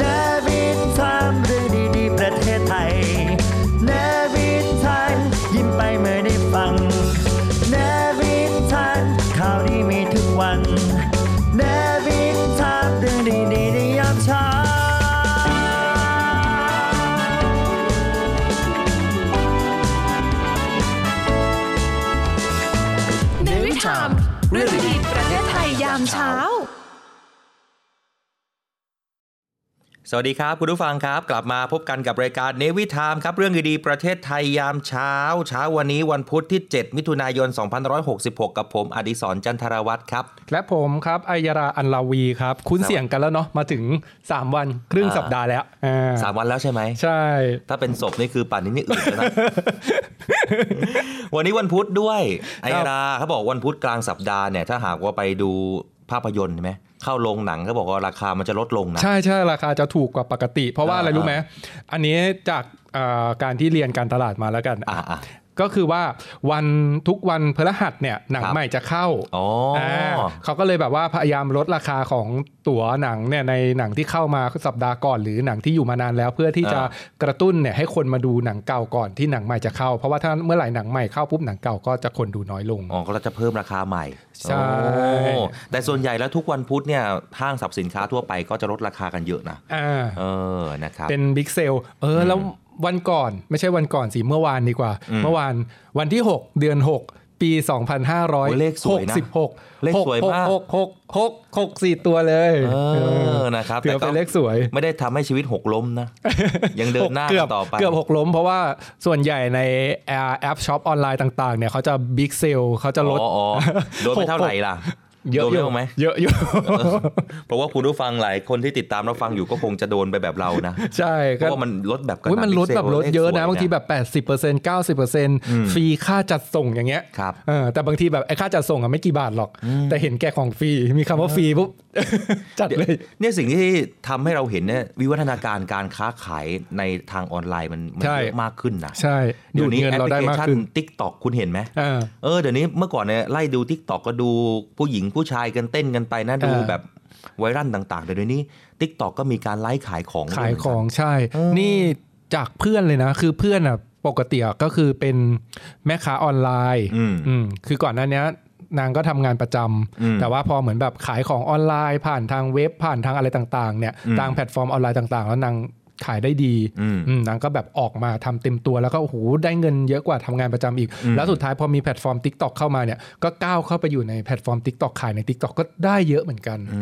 นาวินไทม์เรื่องดีๆประเทศไทยนาวินไทม์ยิ้มไปเมื่อได้ฟังนาวินไทม์ข่าวดีมีทุกวันนาวินไทม์เรื่องดีๆในยามเช้า ในวิถามเรื่องดีประเทศไทยยามเช้า สวัสดีครับ คุณผู้ฟังครับ กลับมาพบกันกับรายการเนวิทามครับเรื่องดีๆประเทศไทยยามเช้า เช้าวันนี้วันพุธที่ 7 มิถุนายน 2566 กับผม อดิศรจันทรวัตรครับ และผมครับอัยยราอันลาวีครับ คุ้นเสียงกันแล้วเนาะมาถึง 3 วันครึ่ง อ่า สัปดาห์แล้วอ่า สามวันแล้วใช่ไหม ใช่ ถ้าเป็นศพนี่คือป่านนี้นี่อื่น แล้วนะ วันนี้วันพุธด้วยไอราเขาบอกวันพุธกลางสัปดาห์เนี่ย ถ้าหากว่าไปดูภาพยนตร์ใช่ไหมเข้าโรงหนังเขาบอกว่าราคามันจะลดลงนะ ใช่ใช่ราคาจะถูกกว่าปกติ เพราะว่า อ่า อะไรรู้ไหมอันนี้จากอ่าการที่เรียนการตลาดมาแล้วกัน อ่ะอ่ะ ก็คือว่าวันทุกวันพฤหัสเนี่ยหนัง ครับ ใหม่จะเข้า อ๋ออา เขาก็เลยแบบว่าพยายามลดราคาของตั๋วหนังเนี่ยในหนังที่เข้ามาสัปดาห์ก่อนหรือหนังที่อยู่มานานแล้ว เพื่อที่จะกระตุ้นเนี่ยให้คนมาดูหนังเก่าก่อนที่หนังใหม่จะเข้า เพราะว่าถ้าเมื่อไหร่หนังใหม่เข้าปุ๊บหนังเก่าก็จะคนดูน้อยลง อ๋อก็จะเพิ่มราคาใหม่ ใช่ โอ้แต่ส่วนใหญ่แล้วทุกวันพุธเนี่ยห้างสรรพสินค้าทั่วไปก็จะลดราคากันเยอะนะ อ่า เออ นะครับ เป็นบิ๊กเซลเออแล้ววันก่อนไม่ใช่วันก่อนสิเมื่อวานดีกว่า เมื่อวานวันที่ 6 เดือน 6 ปี 2566 โอ้ยเลขสวยนะเลขสวยมาก 6 6 6 4 ตัวเลย เออ นะครับ ถือว่าเป็นเลขสวย ไม่ได้ทำให้ชีวิตหกล้มนะ ยังเดินหน้า เกือบ ต่อไป เกือบหกล้มเพราะว่าส่วนใหญ่ในแอปช็อปออนไลน์ต่างๆเนี่ยเขาจะบิ๊กเซลเขาจะลด อ๋อ อ๋อโดนไปเท่าไหร่ล่ะ เยอะอโดนไป ยู่ บ้างไหม เยอะอยู่ เพราะว่าคุณผู้ฟังหลายคนที่ติดตามเราฟังอยู่ก็คงจะโดนไปแบบเรานะ ใช่ เพราะว่ามันลดแบบกระห อุ๊ยมันลดแบบลดเยอะนะ ขสว บางทีแบบ 80% 90%ฟรีค่าจัดส่งอย่างเงี้ย ครับ เออแต่บางทีแบบไอ้ค่าจัดส่งอะไม่กี่บาทหรอก แต่เห็นแก่ของฟรี มีคำว่าฟรีปุ๊บ จัดเลย เนี่ยสิ่งที่ทำให้เราเห็นเนี่ยวิวัฒนาการการค้าขายในทางออนไลน์มันมัน ใช่ เยอะมากขึ้นนะ ใช่ เดี๋ ดู ย ด วนี้ เงิน แอป เรา พลิ ได้ เค มาก ชัน ขึ้น ติ๊กตอกคุณเห็นไหม อ่า เออเดี๋ยวนี้เมื่อก่อนเนี่ยไล่ดูทิกตอกก็ดูผู้หญิงผู้ชายกันเต้นกันไปนะดู เออ แบบไวรัลต่างๆแต่เดี๋ยวนี้ทิกตอกก็มีการไลฟ์ขายของ ขายของ ด้ว ใช่ นี่จากเพื่อนเลยนะ คือเพื่อนอ่ะปกติอะก็คือเป็นแม่ค้าออนไลน์ อืม อืมคือก่อนหน้าเนี้ยนางก็ทำงานประจำ อืม แต่ว่าพอเหมือนแบบขายของออนไลน์ ผ่านทางเว็บผ่านทางอะไรต่างๆเนี่ย อืม ทางแพลตฟอร์มออนไลน์ต่างๆ แล้วนางขายได้ดี อืม อืมนางก็แบบออกมาทำเต็มตัวแล้วก็โอ้โหได้เงินเยอะกว่าทำงานประจำอีก อืม แล้วสุดท้ายพอมีแพลตฟอร์ม Tik t o อกเข้ามาเนี่ยก็ก้าวเข้าไปอยู่ในแพลตฟอร์ม Tik t o อกขายใน Tik t o อกก็ได้เยอะเหมือนกัน อื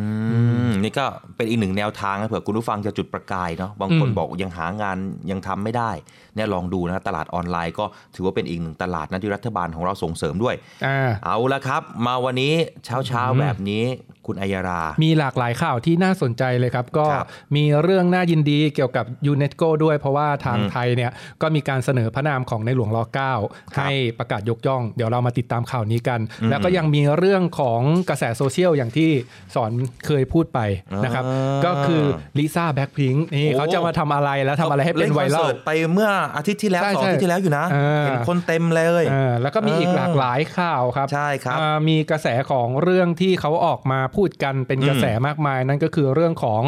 มนี่ก็เป็นอีกหนึ่งแนวทางนะเผื่อคุณผู้ฟังจะจุดประกายเนาะบางคน อืม บอกยังหางานยังทำไม่ได้เนี่ยลองดูนะตลาดออนไลน์ก็ถือว่าเป็นอีกหนึ่งตลาดนะที่รัฐบาลของเราส่งเสริมด้วย อ่า เอาละครับ มาวันนี้เช้าเช้าๆแบบนี้คุณอัยรา มีหลากหลายข่าวที่น่าสนใจเลยครับ ก็ ครับ มีเรื่องน่ายินดีเกี่ยวกับยูเนสโกด้วย เพราะว่าทาง อืม ไทยเนี่ยก็มีการเสนอพระนามของในหลวงร9ให้ประกาศยกย่อง เดี๋ยวเรามาติดตามข่าวนี้กัน แล้วก็ยังมีเรื่องของกระแสโซเชียลอย่างที่สอนเคยพูดไปนะครับ อ่า ก็คือลิซ่าแบ็คพิงค์นี่ โอ้ เขาจะมาทำอะไรแล้วทำอะไรให้เป็นไวรั คอ ล สิตไปเมื่ออาทิตย์ที่แล้ว ใช่ สองอาทิตย์ที่แล้วอยู่นะ เออ เห็นคนเต็มเลย เออแล้วก็มีอีก เออ หลากหลายข่าวครับ ใช่ครับ อ่ามีกระแสของเรื่องที่เขาออกมาพูดกันเป็นกระแสมากมาย นั่นก็คือเรื่องของ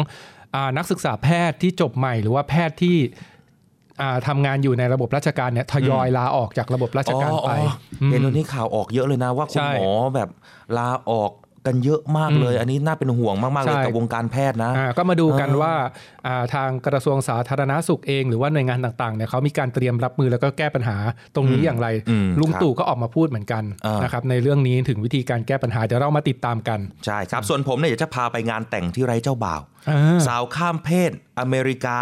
อ่านักศึกษาแพทย์ที่จบใหม่ หรือว่าแพทย์ที่อ่าทำงานอยู่ในระบบราชการเนี่ยทยอยลาออกจากระบบราชการไป อ๋ออ๋อ ม เห็นตอนนี้ข่าวออกเยอะเลยนะว่าคุ ใช่ ณหมอแบบลาออกกันเยอะมากเลย อันนี้น่าเป็นห่วงมาก ๆ เลย ใช่ กับวงการแพทย์นะ อ่าก็มาดูกัน เออ ว่าอ่าทางกระทรวงสาธารณาสุขเอง หรือว่าหน่วยงานต่างๆเนี่ยเขามีการเตรียมรับมือแล้วก็แก้ปัญหาตรงนี้อย่างไร อืม ลุง ครับ ตู่ก็ออกมาพูดเหมือนกัน อ่าน นะครับในเรื่องนี้ถึงวิธีการแก้ปัญหาเดี๋ยวเรามาติดตามกัน ใช่ครับ ส่วนผมเนี่ยเดี๋ยวจะพาไปงานแต่งที่ไร้เจ้าบ่าว อ่า สาวข้ามเพศ อเมริกา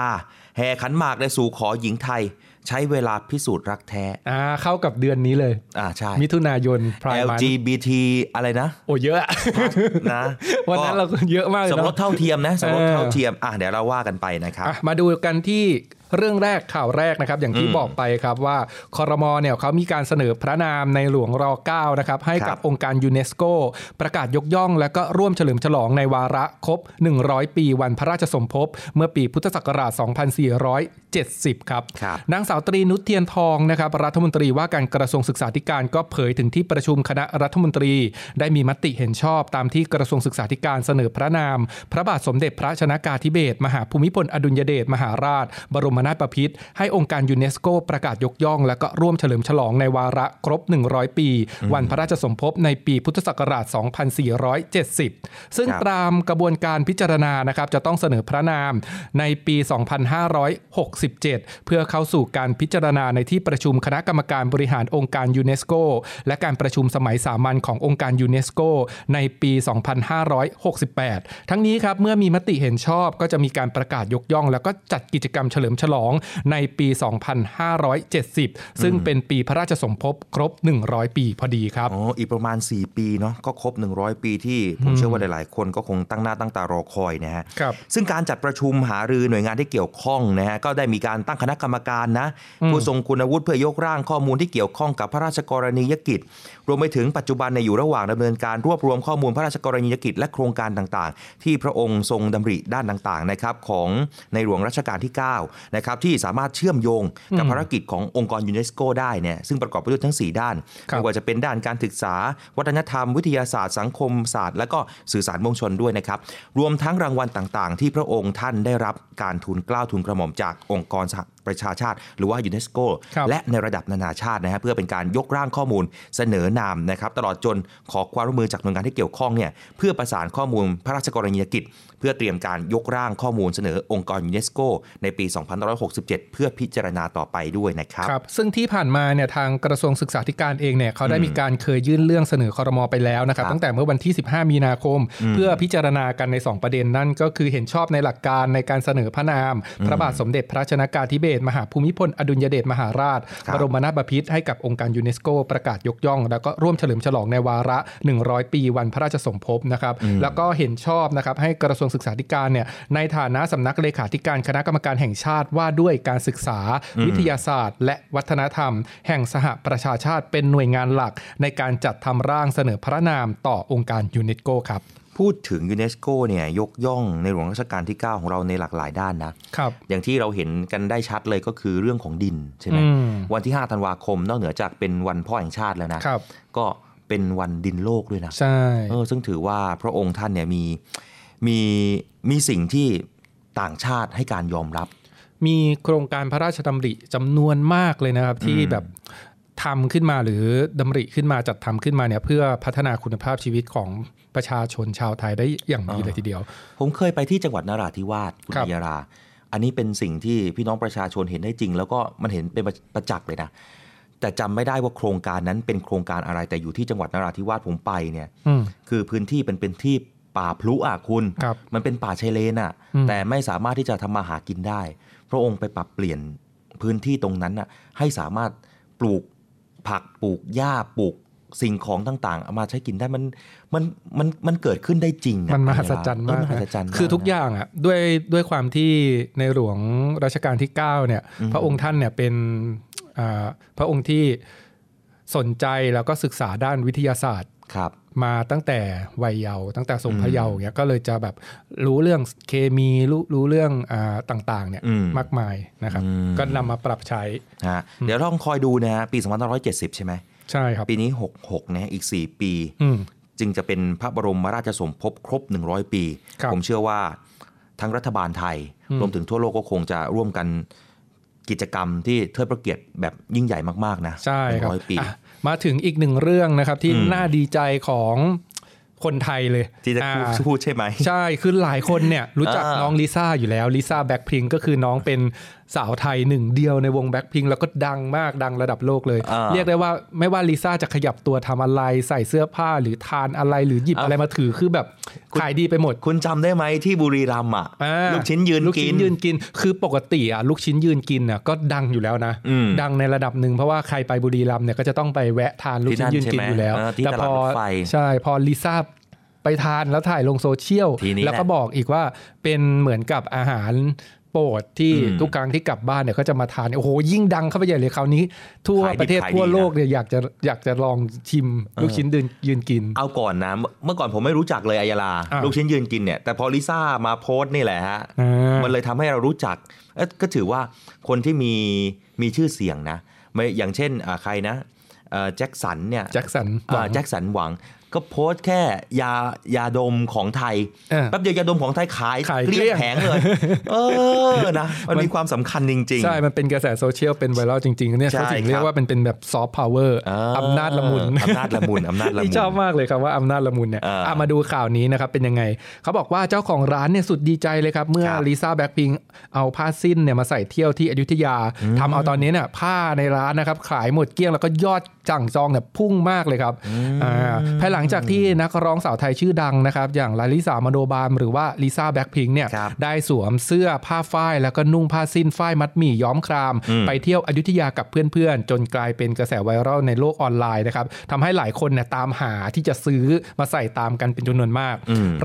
แห่ขันหมากในสู่ขอหญิงไทย ใช้เวลาพิสูจน์รักแท้ อ่าเข้ากับเดือนนี้เลย อ่าใช่ มิถุนายนพรายมัน LGBT อะไรนะ โอ้เยอะอะ นะ วันนั้นเราก็เยอะมากเลย สมรส เนาะ เท่าเทียมนะสมรส เออ เท่าเทียมอ่ะเดี๋ยวเราว่ากันไปนะครับ อ่ะมาดูกันที่ เรื่องแรกข่าวแรกนะครับ อย่างที่ อืม บอกไปครับว่าคอรมอเนี่ยเขามีการเสนอพระนามในหลวงรเก้านะครับให้ ครั กับบ องค์การยูเนสโกประกาศยกย่อง และก็ร่วมเฉลิมฉลองในวาระครบ 100 ปีวันพระราชสมภพเมื่อปีพุทธศักราช 2470 ครับ ครับ นางสาวตรีนุชเทียนทองนะครับรัฐมนตรีว่าการกระทรวงศึกษาธิการก็เผยถึงที่ประชุมคณะรัฐมนตรี ได้มีมติเห็นชอบตามที่กระทรวงศึกษาธิการเสนอพระนาม พระบาทสมเด็จพระชนากาธิเบศรมหาภูมิพลอดุลยเดชมหาราช บรมนาถบพิตรให้องค์การยูเนสโกประกาศยกย่อง และก็ร่วมเฉลิมฉลองในวาระครบ 100 ปี วันพระราชสมภพในปีพุทธศักราช 2470 ซึ่ง ครับ ตามกระบวนการพิจารณานะครับจะต้องเสนอพระนามในปี 2567 เพื่อเข้าสู่การพิจารณาในที่ประชุมคณะกรรมการบริหารองค์การยูเนสโกและการประชุมสมัยสามัญขององค์การยูเนสโกในปี 2568 ทั้งนี้ครับเมื่อมีมติเห็นชอบก็จะมีการประกาศยกย่อง แล้วก็จัดกิจกรรมเฉลิมฉลองในปี 2570 ซึ่งเป็นปีพระราชสมภพครบ 100 ปีพอดีครับ อ๋ออีกประมาณ 4 ปีเนาะก็ครบ 100 ปีที่ผมเชื่อว่าหลายๆ คนก็คงตั้งหน้าตั้งตารอคอยนะฮะ ครับ ซึ่งการจัดประชุมหารือหน่วยงานที่เกี่ยวข้องนะฮะก็ได้มีการตั้งคณะกรรมการนะ ผู้ทรงคุณวุฒิเพื่อยกร่างข้อมูลที่เกี่ยวข้องกับพระราชกรณียกิจ รวมไปถึงปัจจุบันในยอยู่ระหว่างดำเนินการรวบรวมข้อมูลพระราชกรณียกิจและโครงการต่างๆ ที่พระองค์ทรงดำริด้านต่างๆนะครับของในหลวงรัชกาลที่9นะครับที่สามารถเชื่อมโยงกับภารกิจขององค์กรยูเนสโกได้เนี่ยซึ่งประกอบไปด้วยทั้ง 4 ด้าน ครับ ไม่ว่า ไม่ว่าจะเป็นด้านการศึกษา วัฒนธรรม วิทยาศาสตร์สังคมศาสตร์ และก็สื่อสารมวลชนด้วยนะครับ รวมทั้งรางวัลต่างๆ ที่พระองค์ท่านได้รับการทุนเกล้าทุนกระหม่อมจากองค์กรสหประชาชาติ หรือว่ายูเนสโก ครับ และในระดับนานาชาตินะฮะเพื่อเป็นการยกร่างข้อมูลเสนอนามนะครับ ตลอดจนขอความร่วมมือจากหน่วยงานที่เกี่ยวข้องเนี่ยเพื่อประสานข้อมูลพระราชกรณียกิจ เพื่อเตรียมการยกร่างข้อมูลเสนอองค์กรยูเนสโกในปี 2567 เพื่อพิจารณาต่อไปด้วยนะครับ ครับซึ่งที่ผ่านมาเนี่ยทางกระทรวงศึกษาธิการเองเนี่ยเขาได้มีการเคยยื่นเรื่องเสนอคอรมอไปแล้วนะครับ ครับ ตั้งแต่เมื่อวันที่ 15 มีนาคม เพื่อพิจารณากันใน 2 ประเด็นนั่นก็คือเห็นชอบในหลักการในการเสนอพระนาม พระบาทสมเด็จพระชนากาธิเบศรมหาภูมิพลอดุลยเดชมหาราช ครับ บรมนาถบพิตรให้กับองค์การยูเนสโกประกาศยกย่อง แล้วก็ร่วมเฉลิมฉลองในวาระ 100 ปีวันพระราชสมภพนะครับแล้วก็เห็นชอบนะครับให้กระทรวงศึกษาธิการเนี่ยในฐานะสำนักเลขาธิการคณะกรรมการแห่งชาติว่าด้วยการศึกษา วิทยาศาสตร์ และวัฒนธรรม แห่งสหประชาชาติเป็นหน่วยงานหลัก ในการจัดทำร่างเสนอพระนามต่อองค์การยูเนสโกครับ พูดถึงยูเนสโกเนี่ยยกย่องในหลวงรัชกาลที่ 9 ของเราในหลากหลายด้านนะ ครับ อย่างที่เราเห็นกันได้ชัดเลยก็คือเรื่องของดินใช่ไหม อืม วันที่ 5 ธันวาคมนอกเหนือจากเป็นวันพ่อแห่งชาติแล้วนะครับ ก็เป็นวันดินโลกด้วยนะ ใช่ เออซึ่งถือว่าพระองค์ท่านเนี่ยมีมีมีสิ่งที่ต่างชาติให้การยอมรับ มีโครงการพระราชดำริจำนวนมากเลยนะครับ ที่แบบทำขึ้นมาหรือดำริขึ้นมาจัดทำขึ้นมาเนี่ยเพื่อพัฒนาคุณภาพชีวิตของประชาชนชาวไทยได้อย่างดีเลยทีเดียว ผมเคยไปที่จังหวัดนราธิวาสคุณ ครับ ยารา อันนี้เป็นสิ่งที่พี่น้องประชาชนเห็นได้จริง แล้วก็มันเห็นเป็นประจักษ์เลยนะ แต่จำไม่ได้ว่าโครงการนั้นเป็นโครงการอะไรแต่อยู่ที่จังหวัดนราธิวาสผมไปเนี่ย อืม คือพื้นที่เป็นเป็นที่ป่าพลุอ่ะคุณ ครับ มันเป็นป่าชายเลนอ่ะ อืม แต่ไม่สามารถที่จะทำมาหากินได้ พระองค์ไปปรับเปลี่ยนพื้นที่ตรงนั้นอ่ะให้สามารถปลูกผักปลูกหญ้าปลูกสิ่งของต่างๆ เอามาใช้กินได้มันมันมันมันเกิดขึ้นได้จริงอะ มันมหัศจรรย์ เออ มาก มหัศจรรย์ นะ มาก คือทุก นะ อย่างอ่ะด้วยด้วยความที่ในหลวงรัชกาลที่ 9 เนี่ย อืม พระองค์ท่านเนี่ยเป็นอ่าพระองค์ที่สนใจแล้วก็ศึกษาด้านวิทยาศาสตร์ ครับ มาตั้งแต่วัยเยาว์ตั้งแต่ทรงพระ อืม เยาว์อย่างเงี้ยก็เลยจะแบบรู้เรื่องเคมีรู้รู้เรื่องอาต่างๆเนี่ย อืม มากมายนะครับ อืม ก็นำมาปรับใช้ นะฮะเดี๋ยวต้องคอยดูนะฮะปี2570 ใช่ไหม ใช่ครับ ปีนี้ 66นะฮะอีก 4 ปี อืม จึงจะเป็นพระบรมราชสมภพครบ 100 ปี ครับ ผมเชื่อว่าทั้งรัฐบาลไทย อืม รวมถึงทั่วโลกก็คงจะร่วมกันกิจกรรมที่เทิดพระเกียรติแบบยิ่งใหญ่มาก ๆ นะ ใช่ครับ ร้อยปี อ่ะมาถึงอีกหนึ่งเรื่องนะครับที่ อืม น่าดีใจของคนไทยเลย ที่จะ อ่า พูดใช่ไหม ใช่ คือหลายคนเนี่ยรู้จัก อ่า น้องลิซ่าอยู่แล้วลิซ่าแบ็คพิงก็คือน้องเป็นสาวไทยหนึ่งเดียวในวงแบ็คพิงแล้วก็ดังมากดังระดับโลกเลย อ่า เรียกได้ว่าไม่ว่าลิซ่าจะขยับตัวทำอะไร ใส่เสื้อผ้าหรือทานอะไรหรือหยิบ อ่ะ อะไรมาถือคือแบบขายดีไปหมด คุณจำได้ไหมที่บุรีรัมย์อ่ะ อ่า ลูกชิ้นยืน ลูก กิ ชิ้ น นยืนกิน คือปกติอ่ะลูกชิ้นยืนกินอ่ะก็ดังอยู่แล้วนะ อืม ดังในระดับหนึ่งเพราะว่าใครไปบุรีรัมย์เนี่ยก็จะต้องไปแวะทานลูกชิ้นยืนกินอยู่แล้ว ที่นั่นแต่พใช่ไหมอ เออที่ตลาดรถไฟ ใช่พอลิซ่าไปทานแล้วถ่ายลงโซเชียล ทีนี้ แล้วก็ แหละ บอก บอกอีกว่าเป็นเหมือนกับอาหาร โปรดที่ อืม ทุกครั้งที่กลับบ้านเนี่ยก็จะมาทานโอ้โหยิ่งดังเข้าไปใหญ่เลยคราวนี้ ทั่ว ขายดิบ ประเทศ ขายดี ทั่วโลก นะ เนี่ยอยากจะอยากจะลองชิมลูกชิ้นยืนยืนกิน เอาก่อนนะ เมื่อก่อนผมไม่รู้จักเลยอายาลา อ่า ลูกชิ้นยืนกินเนี่ย แต่พอลิซ่ามาโพสต์นี่แหละฮะ อ่ามั มันเลยทำให้เรารู้จักเอ๊ะก็ถือว่าคนที่มีมีชื่อเสียงนะไม่อย่างเช่นอ่าใครนะเอ่อแจ็คสันเนี่ย แจ็คสันหวัง อ่าแจ็คสันหวัง ก็โพสต์แค่ยายาดมของไทย เออ แป๊บเดียวยาดมของไทยขาย ขาย เกลี้ยง เกลี้ยง แผง เลย เออนะมัน มัน มีความสำคัญจริง ใช่ มันเป็นกระแสโซเชียลเป็นไวรัลจริงๆเนี่ย ใช่ เขาถึงเรีย ครั ก บ ว่าเป็นเป็นแบบซอฟต์พาวเวอร์ ๆเออ อำนาจละมุน อำนาจละมุนอำนาจละมุน ที่ชอบมากเลยครับว่าอำนาจละมุนเนี่ย อ่า อ่ะมาดูข่าวนี้นะครับเป็นยังไง เขาบอกว่าเจ้าของร้านเนี่ยสุดดีใจเลยครับ เมื่อ ครับ ลิซ่าแบล็คพิงค์เอาผ้าสิ้นเนี่ยมาใส่เที่ยวที่อยุธยาทำเอาตอนนี้เนี่ยผ้าในร้านนะครับขายหมดเกลี้ยงแล้วก็ยอดจั่งจองเนี่ยพุ่งมากเลยครับอ่าภายหลังจากที่นักร้องสาวไทยชื่อดังนะครับ อย่างลาลิสามโนบามหรือว่าลิซ่าแบล็คพิงค์เนี่ย ครับ ได้สวมเสื้อผ้าฝ้ายแล้วก็นุ่งผ้าสิ้นฝ้ายมัดหมี่ย้อมคราม ไปเที่ยวอยุธยากับเพื่อนๆ จนกลายเป็นกระแสไวรัลในโลกออนไลน์นะครับทำให้หลายคนเนี่ยตามหาที่จะซื้อมาใส่ตามกันเป็นจำนวนมาก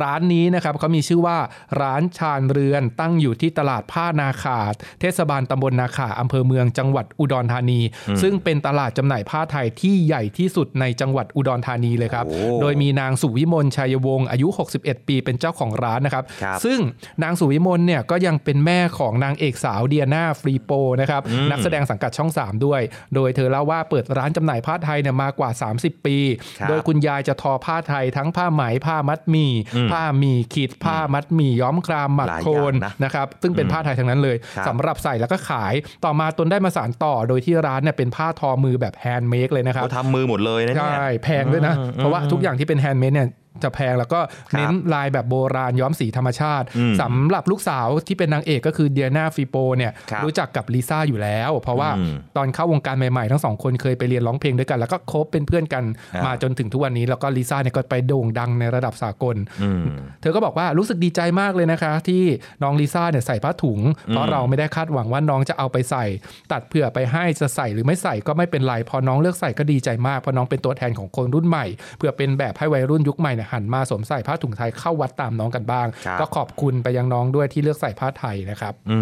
ร้านนี้นะครับเขามีชื่อว่าร้านชาญเรือนตั้งอยู่ที่ตลาดผ้านาขาด เทศบาลตำบลนาขาอำเภอเมืองจังหวัดอุดรธานี ซึ่งเป็นตลาดจำหน่ายผ้าไทยที่ใหญ่ที่สุดในจังหวัดอุดรธานีเลยครับ โอ้ โดยมีนางสุวิมลชัยวงศ์อายุ 61 ปีเป็นเจ้าของร้านนะครับ ครับ ซึ่งนางสุวิมลเนี่ยก็ยังเป็นแม่ของนางเอกสาวเดียนาฟรีโปนะครับนักแสดงสังกัดช่อง 3 ด้วย โดยเธอเล่าว่าเปิดร้านจำหน่ายผ้าไทยเนี่ยมากว่า 30 ปี ครับ โดยคุณยายจะทอผ้าไทยทั้งผ้าไหมผ้ามัดหมี่ผ้าหมี่ขีดผ้ามัดหมี่ย้อมครามหมัก หลายอย่าง โคน นะ นะครับซึ่งเป็นผ้าไทยทั้งนั้นเลย ครับ สำหรับใส่แล้วก็ขายต่อมาตนได้มาสานต่อ โดยที่ร้านเนี่ยเป็นผ้าทอมือแบบแฮนด์เมดเลยนะครับ เขาทำมือหมดเลยนะเนี่ย ใช่ แพงด้วยนะ เพราะว่าทุกอย่างที่เป็นแฮนด์เมดเนี่ยจะแพงแล้วก็เน้นลายแบบโบราณย้อมสีธรรมชาติสำหรับลูกสาวที่เป็นนางเอกก็คือเดียนาฟิโปเนี่ย ครับ รู้จักกับลิซ่าอยู่แล้ว เพราะว่า อืม ตอนเข้าวงการใหม่ๆ ทั้งสองคนเคยไปเรียนร้องเพลงด้วยกัน แล้วก็คบเป็นเพื่อนกัน อ่าม มาจนถึงทุกวันนี้แล้วก็ลิซ่าเนี่ยก็ไปโด่งดังในระดับสากล อืม เธอก็บอกว่ารู้สึกดีใจมากเลยนะคะ ที่น้องลิซ่าเนี่ยใส่ผ้าถุง เพราะเราไม่ได้คาดหวังว่าน้องจะเอาไปใส่ ตัดเผื่อไปให้จะใส่หรือไม่ใส่ก็ไม่เป็นไร พอน้องเลือกใส่ก็ดีใจมากเพราะน้องเป็นตัวแทนของคนรุ่นใหม่ เพื่อเป็นแบบให้วัยรุ่นยุคใหม่เนี่ยหันมาสวมใส่ผ้าถุงไทยเข้าวัดตามน้องกันบ้าง ครับ ก็ขอบคุณไปยังน้องด้วยที่เลือกใส่ผ้าไทยนะครับ อื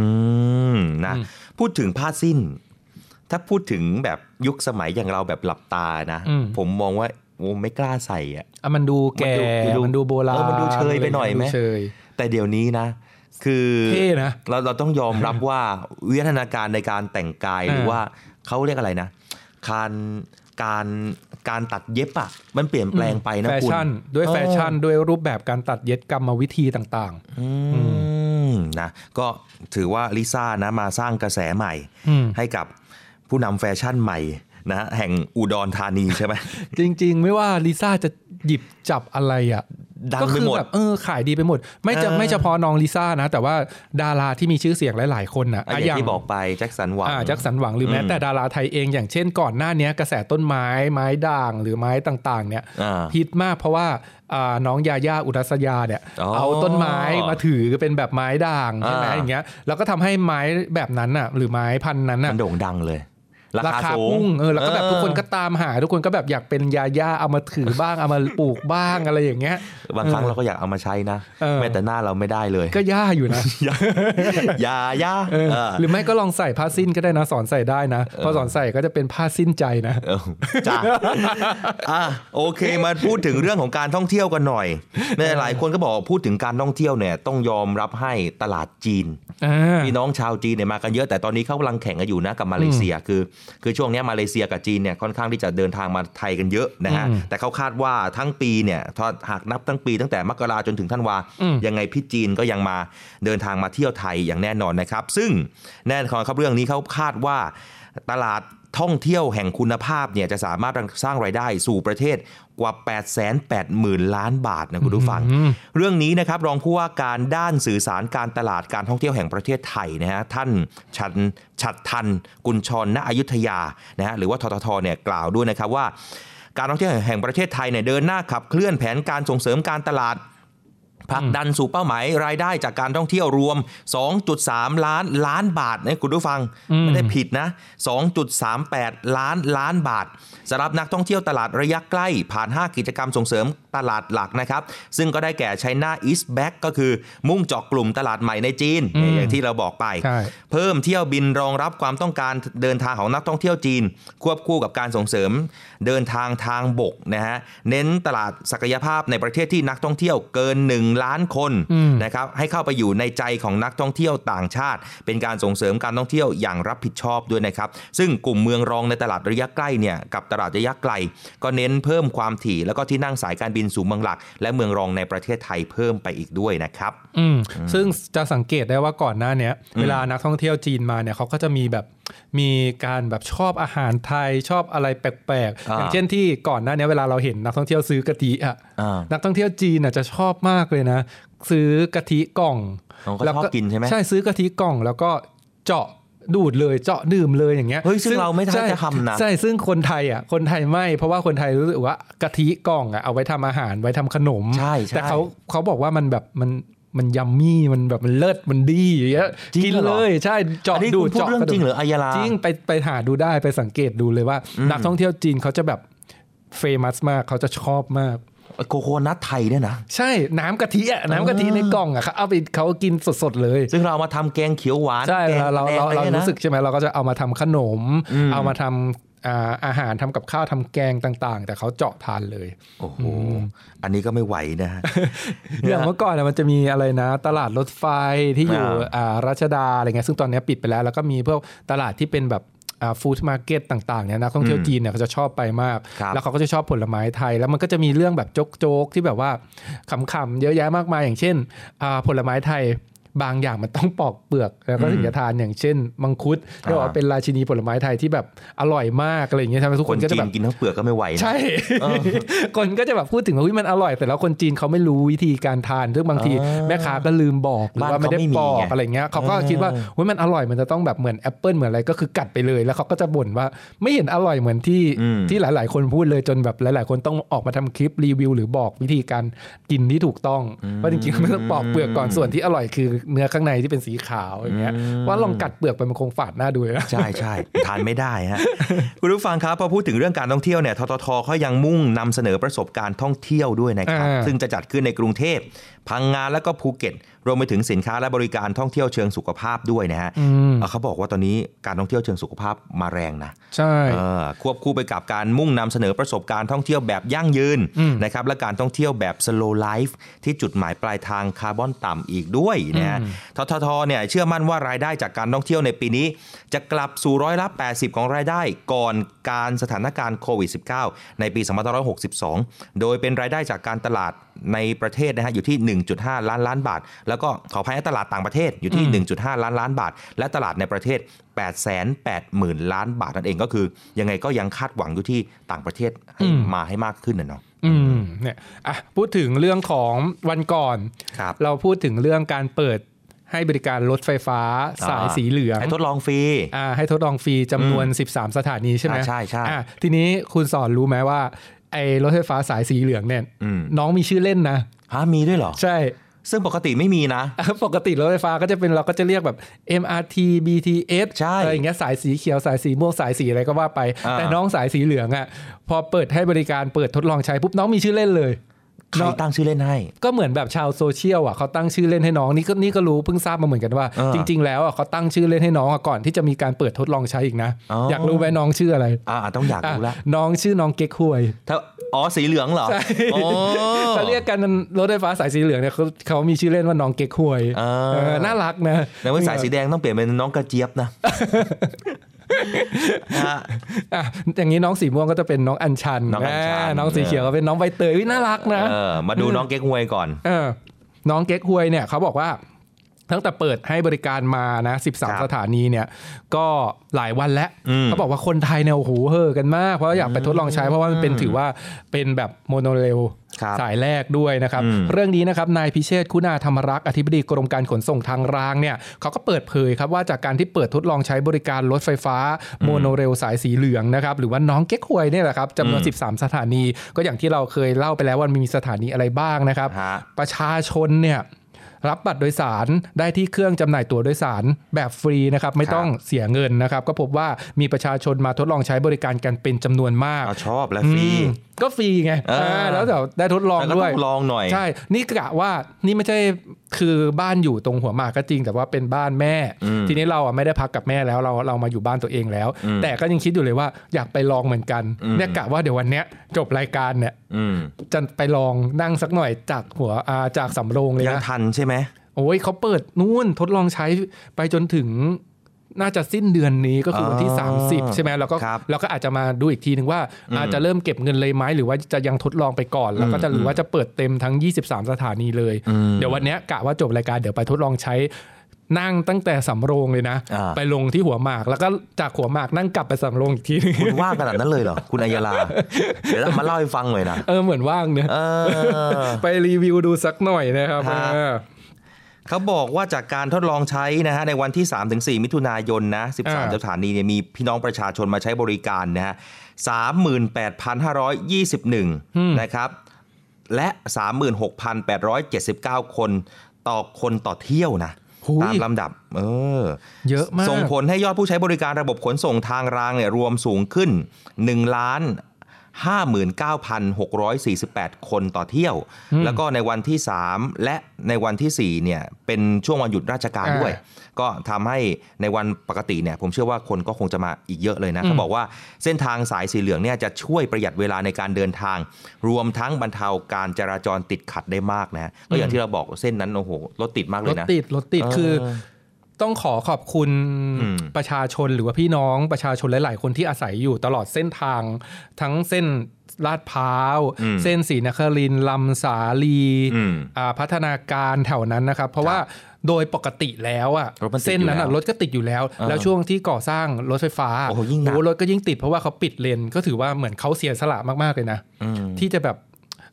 มนะพูดถึงผ้าสิ้น ถ้าพูดถึงแบบยุคสมัยอย่างเราแบบหลับตานะ อืม ผมมองว่าโอ้ไม่กล้าใส่อะ อ่ะมันดูแก่ มันดู มันดูโบราณ เออมันดูเชยไปหน่อยไหม ดูเชย แต่เดี๋ยวนี้นะ คือ เท่นะ เราเราต้องยอมรับว่า วิวัฒนาการในการแต่งกาย อ่า หรือว่าเขาเรียกอะไรนะการการการตัดเย็บอะมันเปลี่ยนแปลงไปนะ แฟ คุณ ชั่นด้วย เออ แฟชั่นด้วยรูปแบบการตัดเย็ดกรรมวิธีต่าง อืมนะก็ถือว่าลิซ่านะมาสร้างกระแสใหม่ อืม ให้กับผู้นำแฟชั่นใหม่นะแห่งอุดรธานีใช่ไหม จริงๆ ไม่ว่าลิซ่าจะหยิบจับอะไรอ่ะ ดัง ก็ ไป คื หมด แบบเออขายดีไปหมด ไม่จะ เออ ไม่เฉพาะน้องลิซ่านะ แต่ว่าดาราที่มีชื่อเสียงหลายๆ คนอะนะะ อย่างที่บอกไปแจ็คสันหวัง อ่าแจ็คสันหวังหรือแม้ อืม แต่ดาราไทยเองอย่างเช่นก่อนหน้าเนี้ยกระแสต้นไม้ไม้ด่างหรือไม้ต่างๆเนี่ย อ่า ฮิตมากเพราะว่าอ่าน้องยาย่าอุรัสยาเนี่ย อ๋อ เอาต้นไม้มาถือเป็นแบบไม้ด่างใช่ไหม อ่า อย่างเงี้ยแล้วก็ทำให้ไม้แบบนั้นอ่ะหรือไม้พันธุ์นั้น มั อ่ะ นโด่งดังเลย รา รา คา คา สู พุ่ ง งเออแล้วก็แบบ เออ ทุกคนก็ตามหา ทุกคนก็แบบอยากเป็นยาย่าเอามาถือบ้าง เอามาปลูกบ้างอะไรอย่างเงี้ ย บางครั้งเราก็อยากเอามาใช้นะ เออ แม้แต่หน้าเราไม่ได้เลย ก็ย่าอยู่นะ อย่าอย่าอย่า เออ เออ หรือไม่ก็ลองใส่ผ้าสิ้นก็ได้นะ สอนใส่ได้นะ พอสอนใส่ก็จะเป็นผ้าสิ้นใจ นะ เออจ้าอ่ะโอเคมาพูดถึงเรื่องของการท่องเที่ยวกันหน่อยเนี่ยหลายคนก็บอกว่าพูดถึงการท่องเที่ยวเนี่ยต้องยอมรับให้ตลาดจีน อ่า พี่น้องชาวจีนเนี่ยมากันเยอะแต่ตอนนี้เขากำลังแข่งกันอยู่นะกับมาเลเซียคือ คือช่วงเนี้ยมาเลเซียกับจีนเนี่ยค่อนข้างที่จะเดินทางมาไทยกันเยอะนะฮะ อืม แต่เขาคาดว่าทั้งปีเนี่ยถ้าหากนับทั้งปีตั้งแต่มกราจนถึงธันวา อืม ยังไงพี่จีนก็ยังมาเดินทางมาเที่ยวไทยอย่างแน่นอนนะครับ ซึ่งแน่นอนครับเรื่องนี้เขาคาดว่าตลาดท่องเที่ยวแห่งคุณภาพเนี่ยจะสามารถสร้างรายได้สู่ประเทศกว่า 8 8 0 0 0 0 ล้านบาทนะคุณผู้ฟัง เรื่องนี้นะครับรองผู้ว่าการด้านสื่อสารการตลาดการท่องเที่ยวแห่งประเทศไทยนะฮะท่านชันชัดทัน กุลชรณอยุธยานะฮะหรือว่าทททเนี่ยกล่าวด้วยนะครับว่า การท่องเที่ยวแห่งประเทศไทยเนี่ยเดินหน้าขับเคลื่อนแผนการส่งเสริมการตลาด ผลักดันสู่เป้าหมายรายได้จากการท่องเที่ยวรวม 2.3 ล้านล้านบาทนะคุณผู้ฟัง ไม่ได้ผิดนะ 2.38 ล้านล้านบาทสำหรับนักท่องเที่ยวตลาดระยะใกล้ ผ่าน 5 กิจกรรมส่งเสริมตลาดหลักนะครับ ซึ่งก็ได้แก่ China East Back ก็คือมุ่งเจาะกลุ่มตลาดใหม่ในจีน อืม อย่างที่เราบอกไป ใช่ เพิ่มเที่ยวบินรองรับความต้องการเดินทางของนักท่องเที่ยวจีน ควบคู่กับการส่งเสริม เดินทางทางบกนะฮะเน้นตลาดศักยภาพในประเทศที่นักท่องเที่ยวเกิน 1 ล้านคน อืม นะครับให้เข้าไปอยู่ในใจของนักท่องเที่ยวต่างชาติ เป็นการส่งเสริมการท่องเที่ยวอย่างรับผิดชอบด้วยนะครับ ซึ่งกลุ่มเมืองรองในตลาดระยะใกล้เนี่ยกับตลาดระยะไกล ก็เน้นเพิ่มความถี่แล้วก็ที่นั่งสายการบินสู่เมืองหลัก และเมืองรองในประเทศไทยเพิ่มไปอีกด้วยนะครับ อืมซึ่งจะสังเกตได้ว่าก่อนหน้าเนี้ยเวลานักท่องเที่ยวจีนมาเนี่ยเขาก็จะมีแบบมีการแบบชอบอาหารไทยชอบอะไรแปลกๆ อ่า อย่างเช่นที่ก่อนหน้าเนี้ยเวลาเราเห็นนักท่องเที่ยวซื้อกะทิอ่ะ อ่า นักท่องเที่ยวจีนน่ะจะชอบมากเลยนะ ซื้อกะทิกล่อง อ๋อเขาชอบกินใช่ไหม ใช่ซื้อกะทิกล่องแล้วก็เจาะดูดเลยเจาะดื่มเลยอย่างเงี้ย เฮ้ยซึ่งเราไม่ทัน ใช่ จะทำนะ ใช่ซึ่งคนไทยอ่ะคนไทยไม่เพราะว่าคนไทยรู้สึกว่ากะทิกล่องอ่ะเอาไว้ทำอาหารไว้ทำขนม ใช่ใช่ แต่เขาเขาบอกว่ามันแบบมันมันยัมมี่มันแบบมันเลิศมันดีอย่างเงี้ย จริง กิน เหร เล อย ใช่เจาะ อันนี้ ดู คุณพูด เจาะ เรื่อง กะดูก จริงเหรออายาลา จริงไปไปหาดูได้ไปสังเกตดูเลยว่า นักท่องเที่ยวจีนเขาจะแบบเฟมัสมากเขาจะชอบมาก โคโคนัทไทยเนี่ยนะ ใช่น้ำกะทิอ่ะน้ำกะทิในกล่องอ่ะเขาเอาไปเขากินสดๆเลย ซึ่งเราเอามาทำแกงเขียวหวาน ใช่ แกง เราเรา แดง เรา อะเราไนี่ยนะ รู้สึกใช่ไหมเราก็จะเอามาทำขนม เอามาทำอ่าอาหารทำกับข้าวทำแกงต่างๆ แต่เขาเจาะทานเลย โอ้โห อันนี้ก็ไม่ไหวนะฮะ อย่างเมื่อก่อนนะมันจะมีอะไรนะ ตลาดรถไฟที่อยู่ อ่า อ่ารัชดาอะไรเงี้ยซึ่งตอนเนี้ยปิดไปแล้ว แล้วก็มีพวกตลาดที่เป็นแบบฟู้ดมาร์เก็ตต่างๆเนี่ยนักท่องเที่ยวจีนเนี่ยเขาจะชอบไปมาก ครับ แล้วเขาก็จะชอบผลไม้ไทย แล้วมันก็จะมีเรื่องแบบโจ๊กๆที่แบบว่าขำๆเยอะแยะมากมายอย่างเช่นอ่าผลไม้ไทยบางอย่างมันต้องปอกเปลือกแล้วก็ถึงจะทานอย่างเช่น มังคุดเรียกว่า อ่า เป็นราชินีผลไม้ไทยที่แบบอร่อยมากอะไรอย่างเงี้ยทำให้ทุก ค คน นก็ จี จะแบ น บ กินทั้งเปลือกก็ไม่ไหวนะ ใช่ คนก็จะแบบพูดถึงว่าอุ๊ยมันอร่อย แต่แล้วคนจีนเขาไม่รู้วิธีการทานซึ่งบางที อ่า แม่ค้าก็ลืมบอกหรือ บ้าน ว่าไม่ได้ เขาไม่มี ปอก ไง อะไรเงี้ยเขาก็ เออ คิดว่าอุ๊ยมันอร่อยมันจะต้องแบบเหมือนแอปเปิลเหมือนอะไรก็คือกัดไปเลย แล้วเขาก็จะบ่นว่าไม่เห็นอร่อยเหมือนที่ที่หลาย ๆ คนพูดเลยจนแบบหลาย ๆ คนต้องออกมาทำคลิปรีวิว หรือบอกวิธีการกินที่ถูกต้องว่าจริงๆมันต้องปอกเปลือกก่อนส่วนที่อร่อยคือเนื้อข้างในที่เป็นสีขาวอย่างเงี้ยว่าลองกัดเปลือกไปมันคงฝาดหน้าดูเลยนะ ใช่ใช่ทานไม่ได้ ฮะ คุณผู้ฟังครับพอพูดถึงเรื่องการท่องเที่ยวเนี่ยทททเขายังมุ่งนำเสนอประสบการณ์ท่องเที่ยวด้วยนะครับ อ่า ซึ่งจะจัดขึ้นในกรุงเทพพังงานและก็ภูเก็ต รวมไปถึงสินค้าและบริการท่องเที่ยวเชิงสุขภาพด้วยนะฮะเอ่อเขาบอกว่าตอนนี้การท่องเที่ยวเชิงสุขภาพมาแรงนะ ใช่ เออควบคู่ไปกับการมุ่งนำเสนอประสบการณ์ท่องเที่ยวแบบยั่งยืนนะครับและการท่องเที่ยวแบบ slow life ที่จุดหมายปลายทางคาร์บอนต่ำอีกด้วยนะฮะทททเนี่ยเชื่อมั่นว่ารายได้จากการท่องเที่ยวในปีนี้ จะกลับสู่ร้อยละ 80 ของรายได้ก่อนการสถานการณ์โควิด -19 ในปี 2562 โดยเป็นรายได้จากการตลาดในประเทศนะฮะอยู่ที่ 1.5 ล้านล้านบาท แล้วก็ขออภัยนะตลาดต่างประเทศอยู่ที่ 1.5 ล้านล้านบาท และตลาดในประเทศ 880,000 ล้านบาทนั่นเองก็คือ ยังไงก็ยังคาดหวังอยู่ที่ต่างประเทศให้มาให้มากขึ้นนะเนาะ อืมเนี่ยอ่ะพูดถึงเรื่องของวันก่อน ครับ เราพูดถึงเรื่องการเปิดให้บริการรถไฟฟ้าสาย อ่า สีเหลือง ให้ทดลองฟรี อ่าให้ทดลองฟรีจำนวน 13 สถานีใช่ไหม อ่าใช่ใช่ อ่ะทีนี้คุณสอนรู้ไหมว่าไอ้รถไฟฟ้าสายสีเหลืองเนี่ย อืม น้องมีชื่อเล่นนะ ฮะมีด้วยเหรอ ใช่ ซึ่งปกติไม่มีนะ ปกติรถไฟฟ้าก็จะเป็นเราก็จะเรียกแบบ MRT BTS ใช่ อะไรอย่างเงี้ยสายสีเขียวสายสีม่วงสายสีอะไรก็ว่าไป อ่า แต่น้องสายสีเหลืองอ่ะพอเปิดให้บริการเปิดทดลองใช้ปุ๊บน้องมีชื่อเล่นเลย ใครตั้งชื่อเล่นให้ ก็เหมือนแบบชาวโซเชียลอ่ะเขาตั้งชื่อเล่นให้น้องนี่ก็นี่ก็รู้เพิ่งทราบมาเหมือนกันว่า อ่า จริง ๆ แล้วอ่ะเขาตั้งชื่อเล่นให้น้องอ่ะก่อนที่จะมีการเปิดทดลองใช้อีกนะ อ๋ออ อยากรู้ไหมน้องชื่ออะไร อ่าต้องอยากรู้ละ อ่ะน้องชื่อน้องเก๊กฮวย ถ้าอ๋อสีเหลืองเหรอโอ้ เขาเรียกกันรถไฟฟ้าสายสีเหลืองเนี่ยเขาเขามีชื่อเล่นว่าน้องเก๊กฮวย อ่า เออน่ารักนะ ในวันสายสีแดงต้องเปลี่ยนเป็นน้องกระเจี๊ยบนะ ฮะ อ่ะอย่างนี้น้องสีม่วงก็จะเป็นน้องอัญชัน น้องอัญชัน าน้องสีเขียวก็เป็นน้องใบเตยอุ๊ยน่ารักนะ เออมาดูน้องเก๊กฮวยก่อน เออน้องเก๊กฮวยเนี่ยเขาบอกว่า ตั้งแต่เปิดให้บริการมานะ ครับ 13 สถานีเนี่ยก็หลายวันแล้ว อืม เขาบอกว่าคนไทยเนี่ยโอ้โหเฮอกันมาก เพราะอยากไปทดลองใช้เพราะว่ามันเป็นถือว่าเป็นแบบโมโนเรล ครับ สายแรกด้วยนะครับ อืม เรื่องนี้นะครับนายพิเชษฐ์คุณาธรรมรักษ์อธิบดีกรมการขนส่งทางรางเนี่ยเขาก็เปิดเผยครับว่าจากการที่เปิดทดลองใช้บริการรถไฟฟ้าโมโนเรลสายสีเหลืองนะครับหรือว่าน้องเก๊กฮวยเนี่ยแหละครับจำนวน 13 สถานี ก็อย่างที่เราเคยเล่าไปแล้วว่ามีสถานีอะไรบ้างนะครับ ฮะ ประชาชนเนี่ยรับบัตรโดยสารได้ที่เครื่องจำหน่ายตั๋วโดยสารแบบฟรีนะครับ ไม่ ครับ ต้องเสียเงินนะครับ ก็พบว่ามีประชาชนมาทดลองใช้บริการกันเป็นจำนวนมาก เอาชอบและฟรี อืมก็ฟรีไง เอออ่ าแล้วเดี๋ยวได้ทดลอง แต่ก็ ด้ว ต้ ย องลองหน่อย ใช่ นี่กะว่านี่ไม่ใช่คือบ้านอยู่ตรงหัวหมากก็จริง แต่ว่าเป็นบ้านแม่ อืม ทีนี้เราอ่ะไม่ได้พักกับแม่แล้วเราเรามาอยู่บ้านตัวเองแล้ว อืม แต่ก็ยังคิดอยู่เลยว่าอยากไปลองเหมือนกัน อืม เนี่ยกะว่าเดี๋ยววันเนี้ยจบรายการเนี่ย อืม จะไปลองนั่งสักหน่อยจากหัวอาจากสำโรงเลย ยัง นะ ทันใช่ไหม โอ้ยเขาเปิดนู่นทดลองใช้ไปจนถึงน่าจะสิ้นเดือนนี้ก็คือวันที่ อ๋อ 30 ใช่ไหมแล้วก็ ครับ เราก็อาจจะมาดูอีกทีนึงว่าอาจจะเริ่มเก็บเงินเลยไหมหรือว่าจะยังทดลองไปก่อน แล้วก็จะหรือว่าจะเปิดเต็มทั้ง 23 สถานีเลย อืม เดี๋ยววันเนี้ยกะว่าจบรายการเดี๋ยวไปทดลองใช้นั่งตั้งแต่สำโรงเลยนะ อ่า ไปลงที่หัวหมาก แล้วก็จากหัวหมากนั่งกลับไปสำโรงอีกทีนึง คุณว่างขนาดนั้นเลยเหรอ คุณอัยรา เดี๋ยวต้องมาเล่าให้ฟังหน่อยนะ เออเหมือนว่างเนอะ เออ ไปรีวิวดูสักหน่อยนะครับ ฮะ เออ เขาบอกว่าจากการทดลองใช้นะฮะในวันที่ 3-4 มิถุนายนนะ อ่า 13 สถานีเนี่ยมีพี่น้องประชาชนมาใช้บริการนะฮะ 38,521 นะครับ และ 36,879 คนต่อคนต่อเที่ยวนะ หูย ตามลำดับ เออ เยอะมาก ส่งผลให้ยอดผู้ใช้บริการระบบขนส่งทางรางเนี่ยรวมสูงขึ้น1ล้าน59,648 คนต่อเที่ยว อืม แล้วก็ในวันที่ 3 และในวันทีสี่4เนี่ยเป็นช่วงวันหยุดราชการ อ่า ด้วย ก็ทำให้ในวันปกติเนี่ยผมเชื่อว่าคนก็คงจะมาอีกเยอะเลยนะเขาบอกว่าเส้นทางสายสีเหลืองเนี่ยจะช่วยประหยัดเวลาในการเดินทาง รวมทั้งบรรเทาการจราจรติดขัดได้มากนะก็อย่าอืงม ที่เราบอกเส้นนั้นโอ้โหรถติดมากเล ร ย ถ นะ ติดรถติด เออ คือต้องขอขอบคุณ อืม ประชาชนหรือว่าพี่น้องประชาชนหลาย ๆ คนที่อาศัยอยู่ตลอดเส้นทาง ทั้งเส้นลาดพร้าว อืม เส้นศรีนครินทร์ลำสาลี อืม อ่าพัฒนาการแถวนั้นนะครับ เพราะว่าโดยปกติแล้วอะ รถมันติดอยู่ เส้นนั้นอะ แล้ว รถก็ติดอยู่แล้ว เออ แล้วช่วงที่ก่อสร้างรถไฟฟ้า โอ้โหยิ่งหนัก รถก็ยิ่งติดเพราะว่าเขาปิดเลนก็ถือว่าเหมือนเขาเสียสละมาก ๆ เลยนะ อืม ที่จะแบบ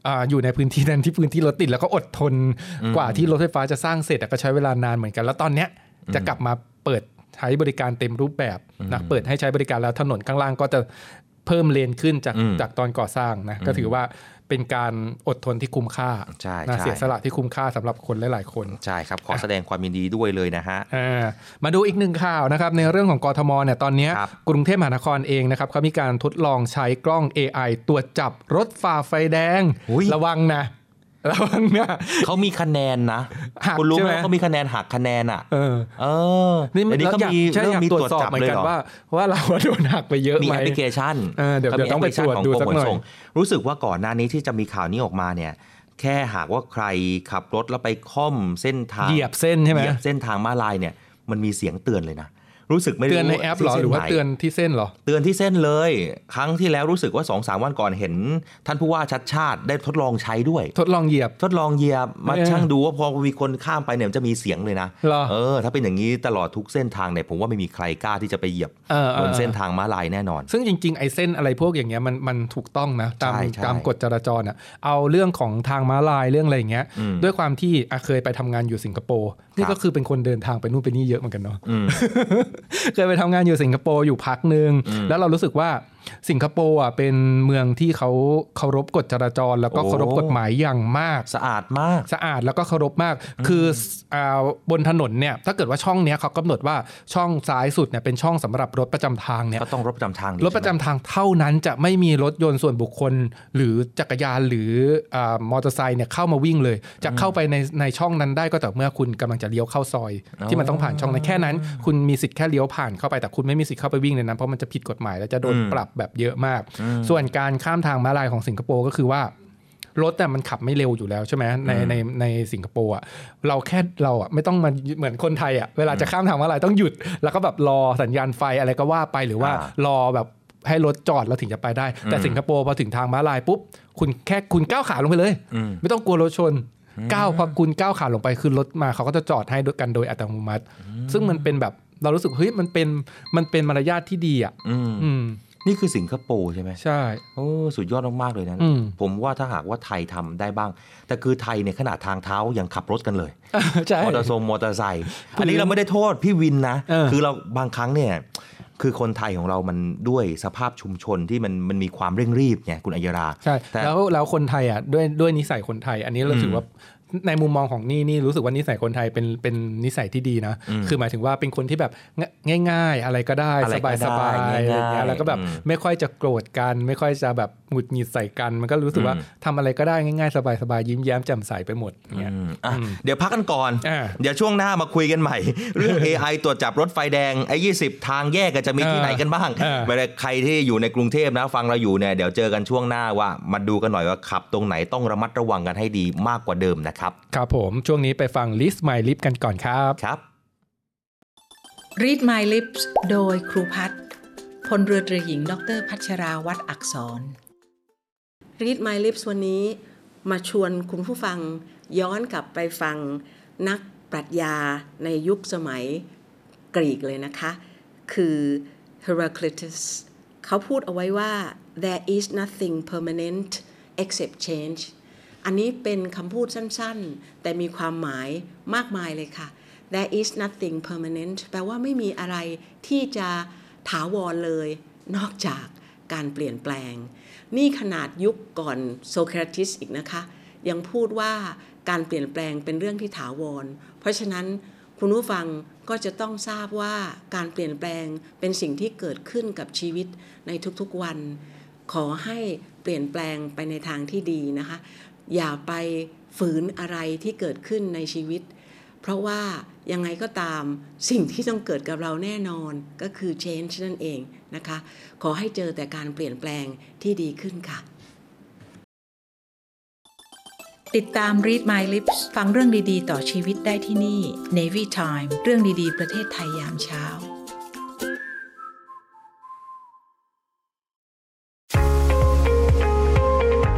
อาอยู่ในพื้นที่นั้นที่พื้นที่รถติดแล้วก็อดทนกว่าที่รถไฟฟ้าจะสร้างเสร็จอะก็ใช้เวลานานเหมือนกัน แล้วตอนเนี้ยจะกลับมาเปิดใช้บริการเต็มรูปแบบนะเปิดให้ใช้บริการแล้วถนนข้างล่างก็จะเพิ่มเลนขึ้นจาก อืม จากตอนก่อสร้างนะก็ถือว่าเป็นการอดทนที่คุ้มค่า ใช่ นะ ใช่ เสียสละที่คุ้มค่าสำหรับคนหลายๆคน ใช่ครับ ขอแสดงความยินดีด้วยเลยนะฮะ อ่ามาดูอีกหนึ่งข่าวนะครับในเรื่องของกทมเนี่ยตอนเนี้ย ครับ กรุงเทพมหานครเองนะครับเขามีการทดลองใช้กล้อง AI ตรวจจับรถฝ่าไฟแดง อุ๊ย ระวังนะ ระวังนะ เขามีคะแนนนะ หัก คุณรู้ไหม ใช่ไหม ว่าเขามีคะแนนหักคะแนนอ่ะ เออ เออเดี๋ยวนี้ เรา ก็ อยาก มี ใช่ เริ่ อ ม ยาก มี ต ต ร ร ว ว จ จ สอบ จับ เหมือ เล น ย กัน เหรอ ว่าว่าเราโดนหักไปเยอะ มี ไหม แอปพลิเคชัน เออเดี๋ยว ขามี เดี๋ยวต้องไป แพลิเคชัน ตรวจดู ข สักหน่อย ขส่งรู้สึกว่าก่อนหน้านี้ที่จะมีข่าวนี้ออกมาเนี่ย แค่หากว่าใครขับรถแล้วไปค่อมเส้นทาง เหยียบเส้นใช่ไหม เหยียบเส้นทางม้าลายเนี่ย มันมีเสียงเตือนเลยนะ รู้สึกไม่รู้ เตือนในแอปเหรอ ส้ หรือว่า ไ เตือนที่เส้นเหรอ เตือนที่เส้นเลย ครั้งที่แล้วรู้สึกว่า2อสวันก่อนเห็น ท่านผู้ว่าชัดชาติได้ทดลองใช้ด้วย ทดลองเหยียบ ทดลองเหยียบมา เออ ช่างดูว่าพอมีคนข้ามไปเนี่ยมันจะมีเสียงเลยนะ เหรอ เออ ถ้าเป็นอย่างนี้ตลอดทุกเส้นทางเนี่ยผมว่าไม่มีใครกล้าที่จะไปเหยียบ เออเออ บนเส้นทางม้าลายแน่นอน ซึ่งจริง ๆ ไอ้เส้นอะไรพวกอย่างเงี้ยมันมันถูกต้องนะตาม ใช่ใช่ ตามกฎจราจรอ่ะเอาเรื่องของทางม้าลายเรื่องอะไรอย่างเงี้ย อืม ด้วยความที่อ่ะเคยไปทำงานอยู่สิงคโปร์นี่ก็คือเป็นคนเดินทางไปนู่นไปนี่เยอะเหมือนกันเนาะ อืม เคยไปทำงานอยู่สิงคโปร์อยู่พักหนึ่ง อืม แล้วเรารู้สึกว่าสิงคโปร์อ่ะเป็นเมืองที่เขาเคารพกฎจราจร แล้วก็ โอ้ เคารพกฎหมายอย่างมาก สะอาดมาก สะอาดแล้วก็เคารพมาก คืออ่าบนถนนเนี่ยถ้าเกิดว่าช่องเนี้ยเขากำหนดว่าช่องซ้ายสุดเนี่ยเป็นช่องสำหรับรถประจำทางเนี่ย ก็ต้องรถประจำทางดี รถประจำ ใช่ไหม ทางเท่านั้นจะไม่มีรถยนต์ส่วนบุคคล หรือจักรยานหรืออามอเตอร์ไซค์เนี่ยเข้ามาวิ่งเลย จะเข้าไปในในช่องนั้นได้ก็แต่เมื่อคุณกำลังจะเลี้ยวเข้าซอย อ๋อ ที่มันต้องผ่านช่องนั้นแค่นั้น คุณมีสิทธิ์แค่เลี้ยวผ่านเข้าไปแต่คุณไม่มีสิทธิ์เข้าไปวิ่งในนั้นเพราะมันจะผิดกฎหมายและจะโดนปรับแบบเยอะมาก ส่วนการข้ามทางม้าลายของสิงคโปร์ก็คือว่า รถแต่ยมันขับไม่เร็วอยู่แล้วใช่ไหมในในในสิงคโปร์อ่ะเราแค่เราอ่ะไม่ต้องมาเหมือนคนไทยอ่ะเวลาจะข้ามทางม้าลายต้องหยุด แล้วก็แบบรอสัญญาณไฟอะไรก็ว่าไปหรือว่า อ่าร อแบบให้รถจอดแล้วถึงจะไปได้ แต่สิงคโปร์พอถึงทางม้าลายปุ๊บคุณแค่คุณก้าวขาลงไปเลย อืม ไม่ต้องกลัวรถชน ก้าวพอคุณก้าวขาลงไปคือรถมาเขาก็จะจอดให้ด้วยกันโดยอัตโนมัติ ซึ่งมันเป็นแบบเรารู้สึกเฮ้ยมันเป็นมันเป็นมารยาทที่ดีอ่ะ อืม อืม นี่คือสิงคโปร์ใช่ไหม ใช่ โอ้สุดยอดมากๆเลยนะ อืม ผมว่าถ้าหากว่าไทยทำได้บ้าง แต่คือไทยเนี่ยขนาดทางเท้ายังขับรถกันเลย ใช่ มอเตอร์ทรงมอเตอร์ไซค์อันนี้เราไม่ได้โทษพี่วินนะ เออ คือเราบางครั้งเนี่ย คือคนไทยของเรามันด้วยสภาพชุมชนที่มันมันมีความเร่งรีบไงคุณอัยรา ใช่ แต่ แล้วแล้วคนไทยอ่ะด้วยด้วยนิสัยคนไทย อันนี้เรา อืม ถือว่าในมุมมองของนี่นี่รู้สึกว่านิสัยคนไทยเป็นเป็นนิสัยที่ดีนะ อืม คือหมายถึงว่าเป็นคนที่แบบง่ายง่ายๆ อะไรก็ได้ อะไร ส ก็ บาย ได้ สบาย ง่ายๆ อะไรเงี้ยแล้วก็แบบ อืม ไม่ค่อยจะโกรธกัน ไม่ค่อยจะแบบหงุดหงิดใส่กัน มันก็รู้สึกว่า อืม ทำอะไรก็ได้ง่ายๆ สบายสบายยิ้มแย้มแจ่มใสไปหมดเนี่ย อืมอ่ะเดี๋ยวพักกันก่อน อ่า เดี๋ยวช่วงหน้ามาคุยกันใหม่ เรื่อง AI ตรวจจับรถไฟแดงไอ้ยีทางแยกกันจะมีที่ อ่า ไหนกันบ้าง อ่า ไม่ได้ใครที่อยู่ในกรุงเทพนะ ฟังเราอยู่เนี่ยเดี๋ยวเจอกันช่วงหน้าว่ามาดูกันหน่อยว่าขับตรงไหนต้องระมัดระวังกันให้ดีมากกว่าเดิมนะครับ ครับผมช่วงนี้ไปฟัง list my lip กันก่อนครับ ครับ Read My Lips โดยครูพัฒน์พลเรือตรีหญิง ดรพัชราวัตรอักษร Read My Lips วันนี้มาชวนคุณผู้ฟังย้อนกลับไปฟังนักปรัชญาในยุคสมัยกรีกเลยนะคะ คือ Heraclitus เขาพูดเอาไว้ว่า there is nothing permanent except change อันนี้เป็นคำพูดสั้นๆ แต่มีความหมายมากมายเลยค่ะ there is nothing permanent แปลว่าไม่มีอะไรที่จะถาวรเลย นอกจากการเปลี่ยนแปลง นี่ขนาดยุคก่อนโซเคราติสอีกนะคะ ยังพูดว่าการเปลี่ยนแปลงเป็นเรื่องที่ถาวร เพราะฉะนั้นคุณผู้ฟังก็จะต้องทราบว่าการเปลี่ยนแปลงเป็นสิ่งที่เกิดขึ้นกับชีวิตในทุกๆวัน ขอให้เปลี่ยนแปลงไปในทางที่ดีนะคะ อย่าไปฝืนอะไรที่เกิดขึ้นในชีวิต เพราะว่ายังไงก็ตามสิ่งที่ต้องเกิดกับเราแน่นอนก็คือ change นั่นเองนะคะ ขอให้เจอแต่การเปลี่ยนแปลงที่ดีขึ้นค่ะ ติดตาม Read My Lips ฟังเรื่องดีๆ ต่อชีวิตได้ที่นี่ Navy Time เรื่องดีๆ ประเทศไทยยามเช้า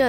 The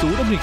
ศูนย์อเมริ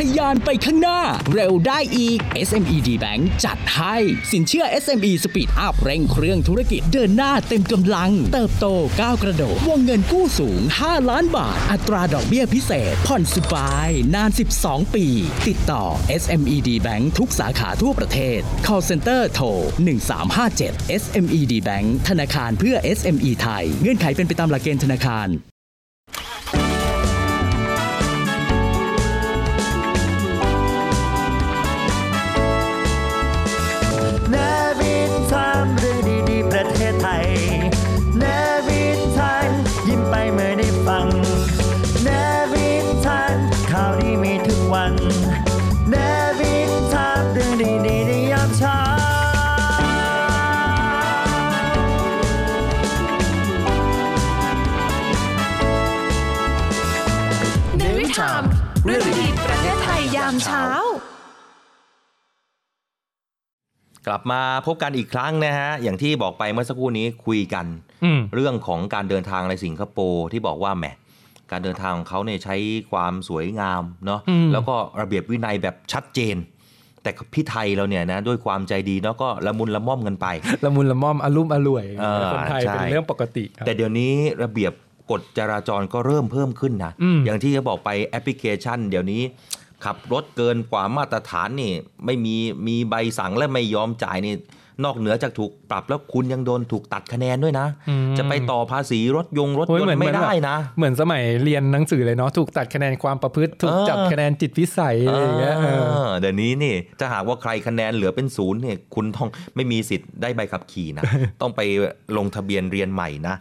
ทะยานไปข้างหน้า เร็วได้อีก SME D Bank จัดให้ สินเชื่อ SME Speed Up เร่งเครื่องธุรกิจเดินหน้าเต็มกำลัง เติบโตก้าวกระโดดวงเงินกู้สูง 5 ล้านบาท อัตราดอกเบี้ยพิเศษ ผ่อนสบาย นาน 12 ปี ติดต่อ SME D Bank ทุกสาขาทั่วประเทศ call center โทร 1357 SME D Bank ธนาคารเพื่อ SME ไทย เงื่อนไขเป็นไปตามหลักเกณฑ์ธนาคาร นวินไทม์เรื่องดีๆประเทศไทยนวินไทม์ยิ้มไปเมื่อได้ฟังนวินไทม์ข่าวดีมีทุกวันนวินไทม์เรื่องดีๆในยามเช้า เนวิทามเรื่องดีๆประเทศไทยยามเช้า กลับมาพบกันอีกครั้งนะฮะ อย่างที่บอกไปเมื่อสักครู่นี้คุยกัน อืม เรื่องของการเดินทางในสิงคโปร์ที่บอกว่าแหมการเดินทางของเขาเนี่ยใช้ความสวยงามเนาะ อืม แล้วก็ระเบียบวินัยแบบชัดเจน แต่พี่ไทยเราเนี่ยนะด้วยความใจดีเนาะก็ละมุนละม่อมกันไป ละมุนละม่อมอารมณ์อร่วย เออ คนไทย ใช่ เป็นเรื่องปกติครับ แต่เดี๋ยวนี้ระเบียบกฎจราจรก็เริ่มเพิ่มขึ้นนะ อืม อย่างที่จะบอกไปแอปพลิเคชัน เดี๋ยวนี้ ขับรถเกินกว่ามาตรฐานนี่ ไม่มีมีใบสั่งและไม่ยอมจ่ายนี่ นอกเหนือจากถูกปรับแล้วคุณยังโดนถูกตัดคะแนนด้วยนะ อืม จะไปต่อภาษีรถยงรถ โอ้ ย ย น เหมือน ต์ไม่ได้นะ เหมือนสมัยเรียนหนังสือเลยเนาะถูกตัดคะแนนความประพฤติ ถูก เออ จับคะแนนจิตวิสัยอะไรอย่างเงี้ยเออ เออเดี๋ยวนี้นี่ถ้าหากว่าใครคะแนนเหลือเป็นศูนย์เนี่ยคุณต้องไม่มีสิทธิ์ได้ใบขับขี่ นะ ต้องไปลงทะเบียนเรียนใหม่นะ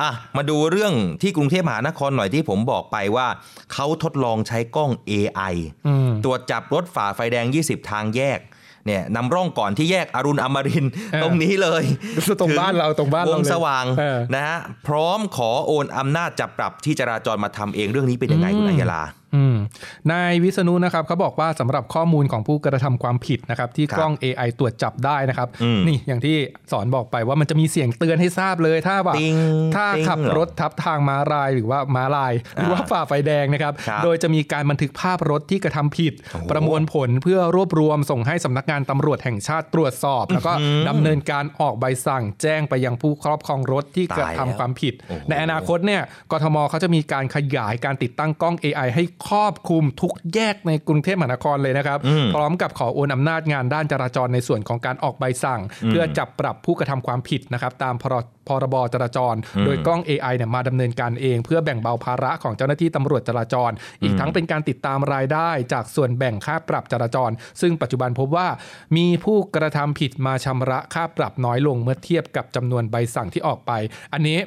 อ่ะมาดูเรื่องที่กรุงเทพมหานครหน่อยที่ผมบอกไปว่า เขาทดลองใช้กล้อง AI อืม ตรวจจับรถฝ่าไฟแดง 20 ทางแยกเนี่ยนำร่องก่อนที่แยกอรุณอมรินทร์ เออ ตรงนี้เลย ตรงบ้านเราตรงบ้านเรา วง เลย สว่าง เออ นะฮะพร้อมขอโอนอำนาจจับปรับที่จราจรมาทำเองเรื่องนี้เป็นยังไงคุณอัยยาลา อืมนายวิษณุนะครับเขาบอกว่าสำหรับข้อมูลของผู้กระทำความผิดนะครับที่ ครับ กล้อง AI ตรวจจับได้นะครับ อืม นี่อย่างที่สอนบอกไปว่ามันจะมีเสียงเตือนให้ทราบเลย ถ้าแบบ ติ๊ง ถ้า ติ๊ง ขับรถทับทางม้าลายหรือว่าม้าลาย หรือว่าฝ่าไฟแดงนะครับ ครับ โดยจะมีการบันทึกภาพรถที่กระทำผิด โอ้โห ประมวลผลเพื่อรวบรวมส่งให้สำนักงานตำรวจแห่งชาติตรวจสอบ แล้วก็ดำเนินการออกใบสั่งแจ้งไปยังผู้ครอบครองรถที่กระ ตายแล้ ทำ ว ความผิด โอ้โห ในอนาคตเนี่ย กทมเขาจะมีการขยายการติดตั้งกล้อง AI ให้ครอบคลุมทุกแยกในกรุงเทพมหานครเลยนะครับ อืม พร้อมกับขอโอนอำนาจงานด้านจราจรในส่วนของการออกใบสั่ง เพื่อจับปรับผู้กระทำความผิดนะครับ ตามพรพรบจราจร โดยกล้อง AI เนี่ยมาดำเนินการเอง เพื่อแบ่งเบาภาระของเจ้าหน้าที่ตำรวจจราจร อีกทั้งเป็นการติดตามรายได้จากส่วนแบ่งค่าปรับจราจร ซึ่งปัจจุบันพบว่ามีผู้กระทำผิดมาชำระค่าปรับน้อยลงเมื่อเทียบกับจำนวนใบสั่งที่ออกไป อันนี้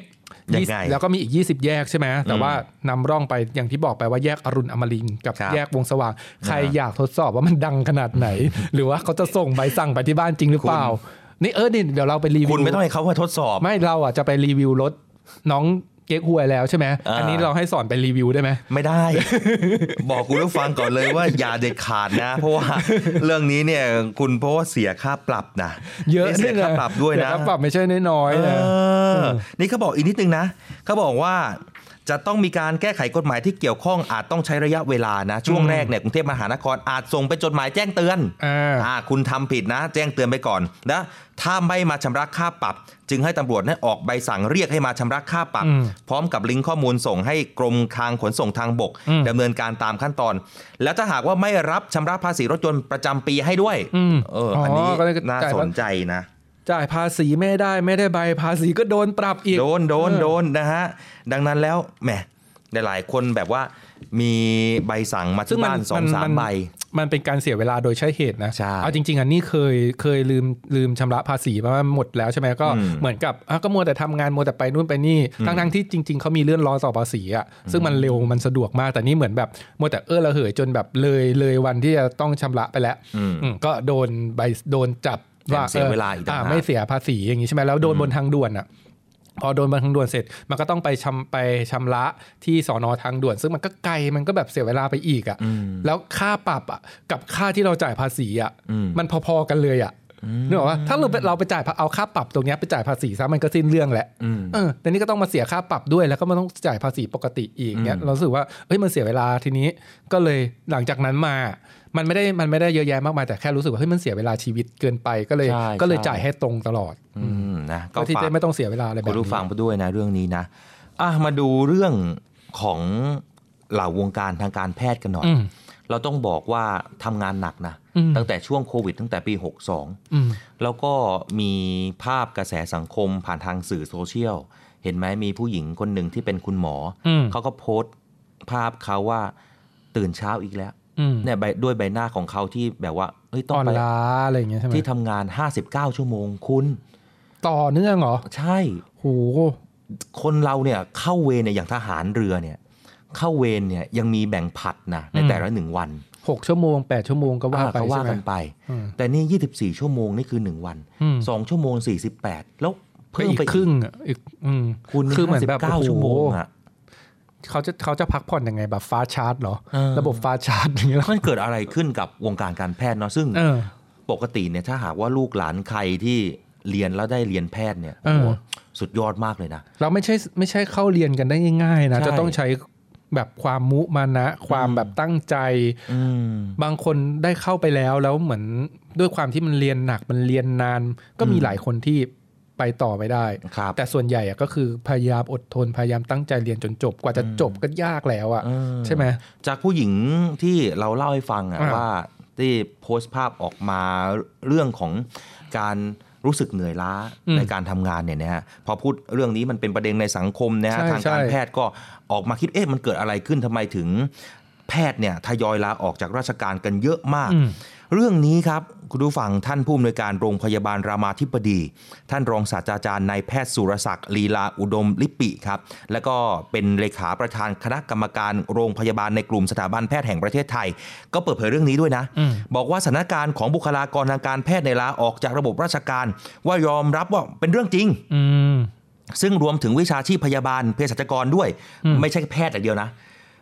ยังไง แล้วก็มีอีก 20 แยกใช่ไหม แต่ว่านำร่องไปอย่างที่บอกไปว่าแยกอรุณอมรินทร์กับ ครับ แยกวงสว่าง ใครอยากทดสอบว่ามันดังขนาดไหน หรือว่าเขาจะส่งใบสั่งไปที่บ้านจริงหรือเปล่า นี่เออนี่เดี๋ยวเราไปรีวิว คุณไม่ต้องให้เขามาทดสอบ ไม่เราอ่ะจะไปรีวิวรถน้องเก๊กฮวยแล้วใช่ไหม อ่า อันนี้เราให้สอนไปรีวิวได้ไหม ไม่ได้ บอกคุณผู้ฟังก่อนเลยว่าอย่าเด็ดขาดนะ เพราะว่าเรื่องนี้เนี่ยคุณเพราะว่าเสียค่าปรับนะ เยอะ เสียค่าปรับด้วย เสี นะ ค่าปรับไม่ใช่น้อยๆนะ เออนี่เขาบอกอีกนิดนึงนะเขาบอกว่าจะต้องมีการแก้ไขกฎหมายที่เกี่ยวข้องอาจต้องใช้ระยะเวลานะ ช่วง อืม แรกเนี่ยกรุงเทพมหานครอาจส่งไปนจดหมายแจ้งเตือน อ่า อ่าคุณทำผิดนะ แจ้งเตือนไปก่อนนะถ้าไม่มาชำระค่าปรับ จึงให้ตำรวจนั้นออกใบสั่งเรียกให้มาชำระค่าปรับ อืม พร้อมกับลิงก์ข้อมูลส่งให้กรมทางขนส่งทางบก อืม ดำเนินการตามขั้นตอน แล้วถ้าหากว่าไม่รับชำระภาษีรถยนต์ประจำปีให้ด้วย อืม เอออันนี้ อ๋อก็เลย น่า จ่าย ส ภา นใจนะ จ่ายภาษีไม่ได้ไม่ได้ใบภาษีก็โดนปรับอีก โดนโดน เออ โดนนะฮะ ดังนั้นแล้วแหมหลายๆคนแบบว่ามีใบสั่งมาที่บ้านสองสามใบ มันเป็นการเสียเวลาโดยใช้เหตุนะ ใช่ เอาจริง ๆ อันนี้เคยเคยลืมลืมชำระภาษีมาว่าหมดแล้วใช่ไหมก็ อืม เหมือนกับอ่ะก็มัวแต่ทำงานมัวแต่ไปนู่นไปนี่ ทั้งทั้งๆที่จริง ๆเขามีเลื่อนล้อต่อภาษีอ่ะซึ่งมันเร็วมันสะดวกมากแต่นี่เหมือนแบบมัวแต่เออระเหยจนแบบเลยเลยวันที่จะต้องชำระไปแล้ว อืม อืมก็โดนใบโดนจับว่า แถมเสียเวลาอีกต่างหาก ะไม่เสียภาษีอย่างนี้ใช่ไหมแล้วโดนบนทางด่วนอ่ะ พอโดนบนทางด่วนเสร็จมันก็ต้องไปชำไปชำระที่สอนอทางด่วน ซึ่งมันก็ไกลมันก็แบบเสียเวลาไปอีกอะ่ะแล้วค่าปรับอะ่ะกับค่าที่เราจ่ายภาษีอะ่ะ อืม มันพอๆกันเลยอะ่ะ นึกออกว่าถ้าเราไปเราไปจ่ายภาเอาค่าปรับตรงเนี้ยไปจ่ายภาษีซะมันก็สิ้นเรื่องแหละ อืม เออแต่นี่ก็ต้องมาเสียค่าปรับด้วยแล้วก็มาต้องจ่ายภาษีปกติอีกเนี่ย อืม เรารู้สึกว่าเอ้ยมันเสียเวลาทีนี้ก็เลยหลังจากนั้นมา มันไม่ได้มันไม่ได้เยอะแยะมากมายแต่แค่รู้สึกว่าเฮ้ยมันเสียเวลาชีวิตเกินไปก็เลย ใช่ ก็เลย ใช่ จ่ายให้ตรงตลอด อืมนะ ก็ที่ ฝาก จะไม่ต้องเสียเวลาอะไรแบบ คุณ นี้ ผู้ฟังไปด้วยนะเรื่องนี้นะอ่ะมาดูเรื่องของเหล่าวงการทางการแพทย์กันหน่อย อืม เราต้องบอกว่าทำงานหนักนะ อืม ตั้งแต่ช่วงโควิดตั้งแต่ปี 62 อืม แล้วก็มีภาพกระแสสังคมผ่านทางสื่อโซเชียล เห็นไหมมีผู้หญิงคนหนึ่งที่เป็นคุณหมออ ม เขาก็โพสต์ภาพเขาว่าตื่นเช้าอีกแล้ว อืม เนี่ยใบด้วยใบหน้าของเขาที่แบบว่าเฮ้ยต้อ อ่ ง อน ไป ล้าอะไรอย่างเงี้ยใช่ไหม ที่ทำงาน 59 ชั่วโมงคุณ ต่อเนื่องเหรอ ใช่ โห คนเราเนี่ยเข้าเวรเนี่ยอย่างทหารเรือเนี่ยเข้าเวรเนี่ยยังมีแบ่งผัดนะใน อืม แต่ละหนึ่งวัน หกชั่วโมงแปดชั่วโมงก็ว่า อ่า ไป เขาว่า ใช่ไหม กันไป อืม แต่นี่ 24 ชั่วโมงนี่คือ 1 วัน อืม 2 ชั่วโมง 48 แล้ว เพิ่ เพิ่ ม ม ไป ไป ครึ่งอ่ะอีกอืม คุณ คือเหมือนแบบโอ้ 9 โห ชั่วโมงอ่ะ เขาจะเขาจะพักผ่อนยังไงแบบฟ้าชาร์จเหรอ เออ ระบบฟ้าชาร์จอย่างเงี้ยเหรอ มันเกิดอะไรขึ้นกับวงการการแพทย์เนาะซึ่ง เออ ปกติเนี่ยถ้าหากว่าลูกหลานใครที่เรียนแล้วได้เรียนแพทย์เนี่ย เออ โอ้โหสุดยอดมากเลยนะ เราไม่ใช่ไม่ใช่เข้าเรียนกันได้ง่ายๆนะ ใช่ จะต้องใช้แบบความมุมานะ ความแบบตั้งใจ อืม บางคนได้เข้าไปแล้วแล้วเหมือนด้วยความที่มันเรียนหนักมันเรียนนาน ก็มี อืม หลายคนที่ไปต่อไม่ได้ ครับ แต่ส่วนใหญ่อะก็คือพยายามอดทนพยายามตั้งใจเรียนจนจบกว่าจะจบก็ยากแล้วอะ เออ ใช่ไหม จากผู้หญิงที่เราเล่าให้ฟังอะ อ่า ว่าที่โพสต์ภาพออกมาเรื่องของการรู้สึกเหนื่อยล้า อืม ในการทำงานเนี่ยนะฮะพอพูดเรื่องนี้มันเป็นประเด็นในสังคมนะฮะ ใช่ ทางการ ใช่ แพทย์ก็ออกมาคิดเอ๊ะมันเกิดอะไรขึ้นทำไมถึงแพทย์เนี่ยทยอยลาออกจากราชการกันเยอะมาก อืม เรื่องนี้ครับ คุณผู้ฟังท่านผู้อำนวยการโรงพยาบาลรามาธิบดี ท่านรองศาสตราจารย์นายแพทย์สุรศักดิ์ลีลาอุดมลิปิครับ แล้วก็เป็นเลขาประธานคณะกรรมการโรงพยาบาลในกลุ่มสถาบันแพทย์แห่งประเทศไทย ก็เปิดเผยเรื่องนี้ด้วยนะ อืม บอกว่าสถานการณ์ของบุคลากรทางการแพทย์ในลาออกจากระบบราชการ ว่ายอมรับว่าเป็นเรื่องจริง อืม ซึ่งรวมถึงวิชาชีพพยาบาลเภสัชกรด้วย อืม ไม่ใช่แพทย์อย่างเดียวนะ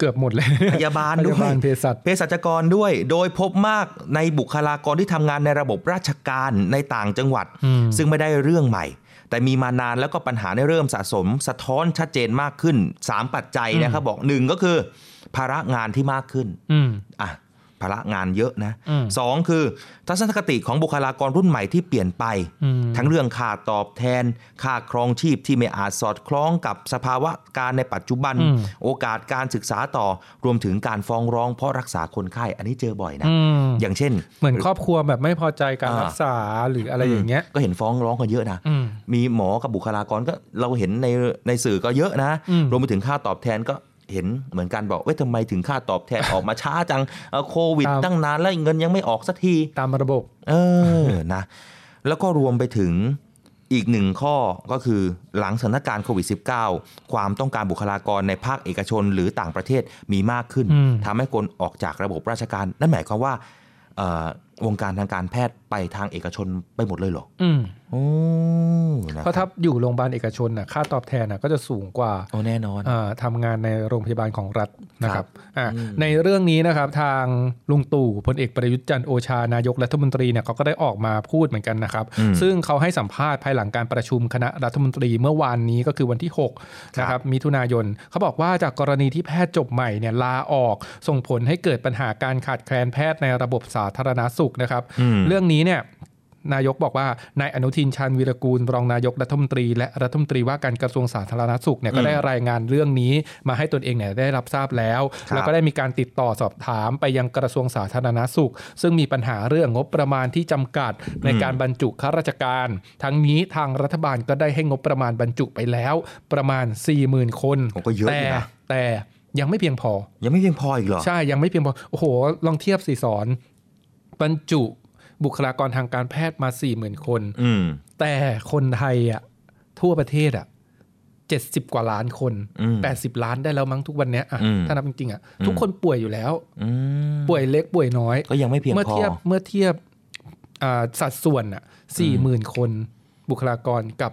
เกือบหมดเลย พยาบาลด้วย พยาบาลเภสัช เภสัชกรด้วย โดยพบมากในบุคลากรที่ทำงานในระบบราชการในต่างจังหวัด อืม ซึ่งไม่ได้เรื่องใหม่ แต่มีมานานแล้วก็ปัญหาได้เริ่มสะสม สะท้อนชัดเจนมากขึ้น 3 ปัจจัยนะครับบอกหนึ่งก็คือ ภาระงานที่มากขึ้น อืม อ่ะภาระงานเยอะนะ อืม สองคือ ทัศนคติของบุคลากรรุ่นใหม่ที่เปลี่ยนไป อืม ทั้งเรื่องค่าตอบแทน ค่าครองชีพที่ไม่อาจสอดคล้องกับสภาวะการในปัจจุบัน อืม โอกาสการศึกษาต่อ รวมถึงการฟ้องร้องเพราะรักษาคนไข้ อันนี้เจอบ่อยนะ อืม อย่างเช่น เหมือนครอบครัวแบบไม่พอใจการ อ่ารั รักษาหรืออะไรอย่างเงี้ย ก็เห็นฟ้องร้องกันเยอะนะ อืม มีหมอกับบุคลากรก็เราเห็นในในสื่อก็เยอะนะ อืม รวมไปถึงค่าตอบแทนก็เห็นเหมือนกันบอกเว้ยทำไมถึงค่าตอบแทน ออกมาช้าจังเอ่อโควิด ตั้งนานแล้วเงินยังไม่ออกสักที ตามระบบ เออ นะ แล้วก็รวมไปถึงอีกหนึ่งข้อก็คือหลังสถานการณ์โควิด -19 ความต้องการบุคลากรในภาคเอกชนหรือต่างประเทศมีมากขึ้น อืม ทำให้คนออกจากระบบราชการ นั่นหมายความว่าเอ่อวงการทางการแพทย์ไปทางเอกชนไปหมดเลยเหรอ อืม โอ้นะ เพราะถ้าอยู่โรงพยาบาลเอกชนน่ะค่าตอบแทนน่ะก็จะสูงกว่า โอ้แน่นอน เอ่อทำงานในโรงพยาบาลของรัฐนะค ครั รับบ อ่ะ อืม ในเรื่องนี้นะครับทางลุงตู่พลเอกประยุทธ์จันทร์โอชานายกรัฐมนตรีเนี่ยเขาก็ได้ออกมาพูดเหมือนกันนะครับ อืม ซึ่งเขาให้สัมภาษณ์ภายหลังการประชุมคณะรัฐมนตรีเมื่อวานนี้ก็คือวันที่ 6 นะครับมิถุนายน เขาบอกว่าจากกรณีที่แพทย์จบใหม่เนี่ยลาออก ส่งผลให้เกิดปัญหาการขาดแคลนแพทย์ในระบบสาธารณาสุขนะครับ อืม เรื่องนี้เนี่ยนายกบอกว่านายอนุทินชาญวีรกูล รองนายกรัฐมนตรี และรัฐมนตรีว่าการกระทรวงสาธารณสุขเนี่ยก็ได้รายงานเรื่องนี้มาให้ตนเองเนี่ยได้รับทราบแล้ว ครับ แล้วก็ได้มีการติดต่อสอบถามไปยังกระทรวงสาธารณสุข ซึ่งมีปัญหาเรื่องงบประมาณที่จำกัดในการบรรจุข้าราชการ ทั้งนี้ทางรัฐบาลก็ได้ให้งบประมาณบรรจุไปแล้ว ประมาณ 40,000 คน โอ้ก็เยอะอยู่ แต่ นะ แต่ยังไม่เพียงพอ ยังไม่เพียงพออีกเหรอ ใช่ ยังไม่เพียงพอ โอ้โห ลองเทียบสิสอน บรรจุบุคลากรทางการแพทย์มาสี่หมื่นคน อืม แต่คนไทยอ่ะทั่วประเทศอ่ะเจ็ดสิบกว่าล้านคน อืม แปดสิบล้านได้แล้วมั้งทุกวันเนี้ยอ่ะ อืม ถ้านับจริงๆอ่ะ อืม ทุกคนป่วยอยู่แล้ว อืม ป่วยเล็กป่วยน้อย ก็ยังไม่เพียง เมื่อ พอ เทียบเมื่อเทียบอ่าสัดส่วนอ่ะสี่หมื่นคนบุคลากรกับ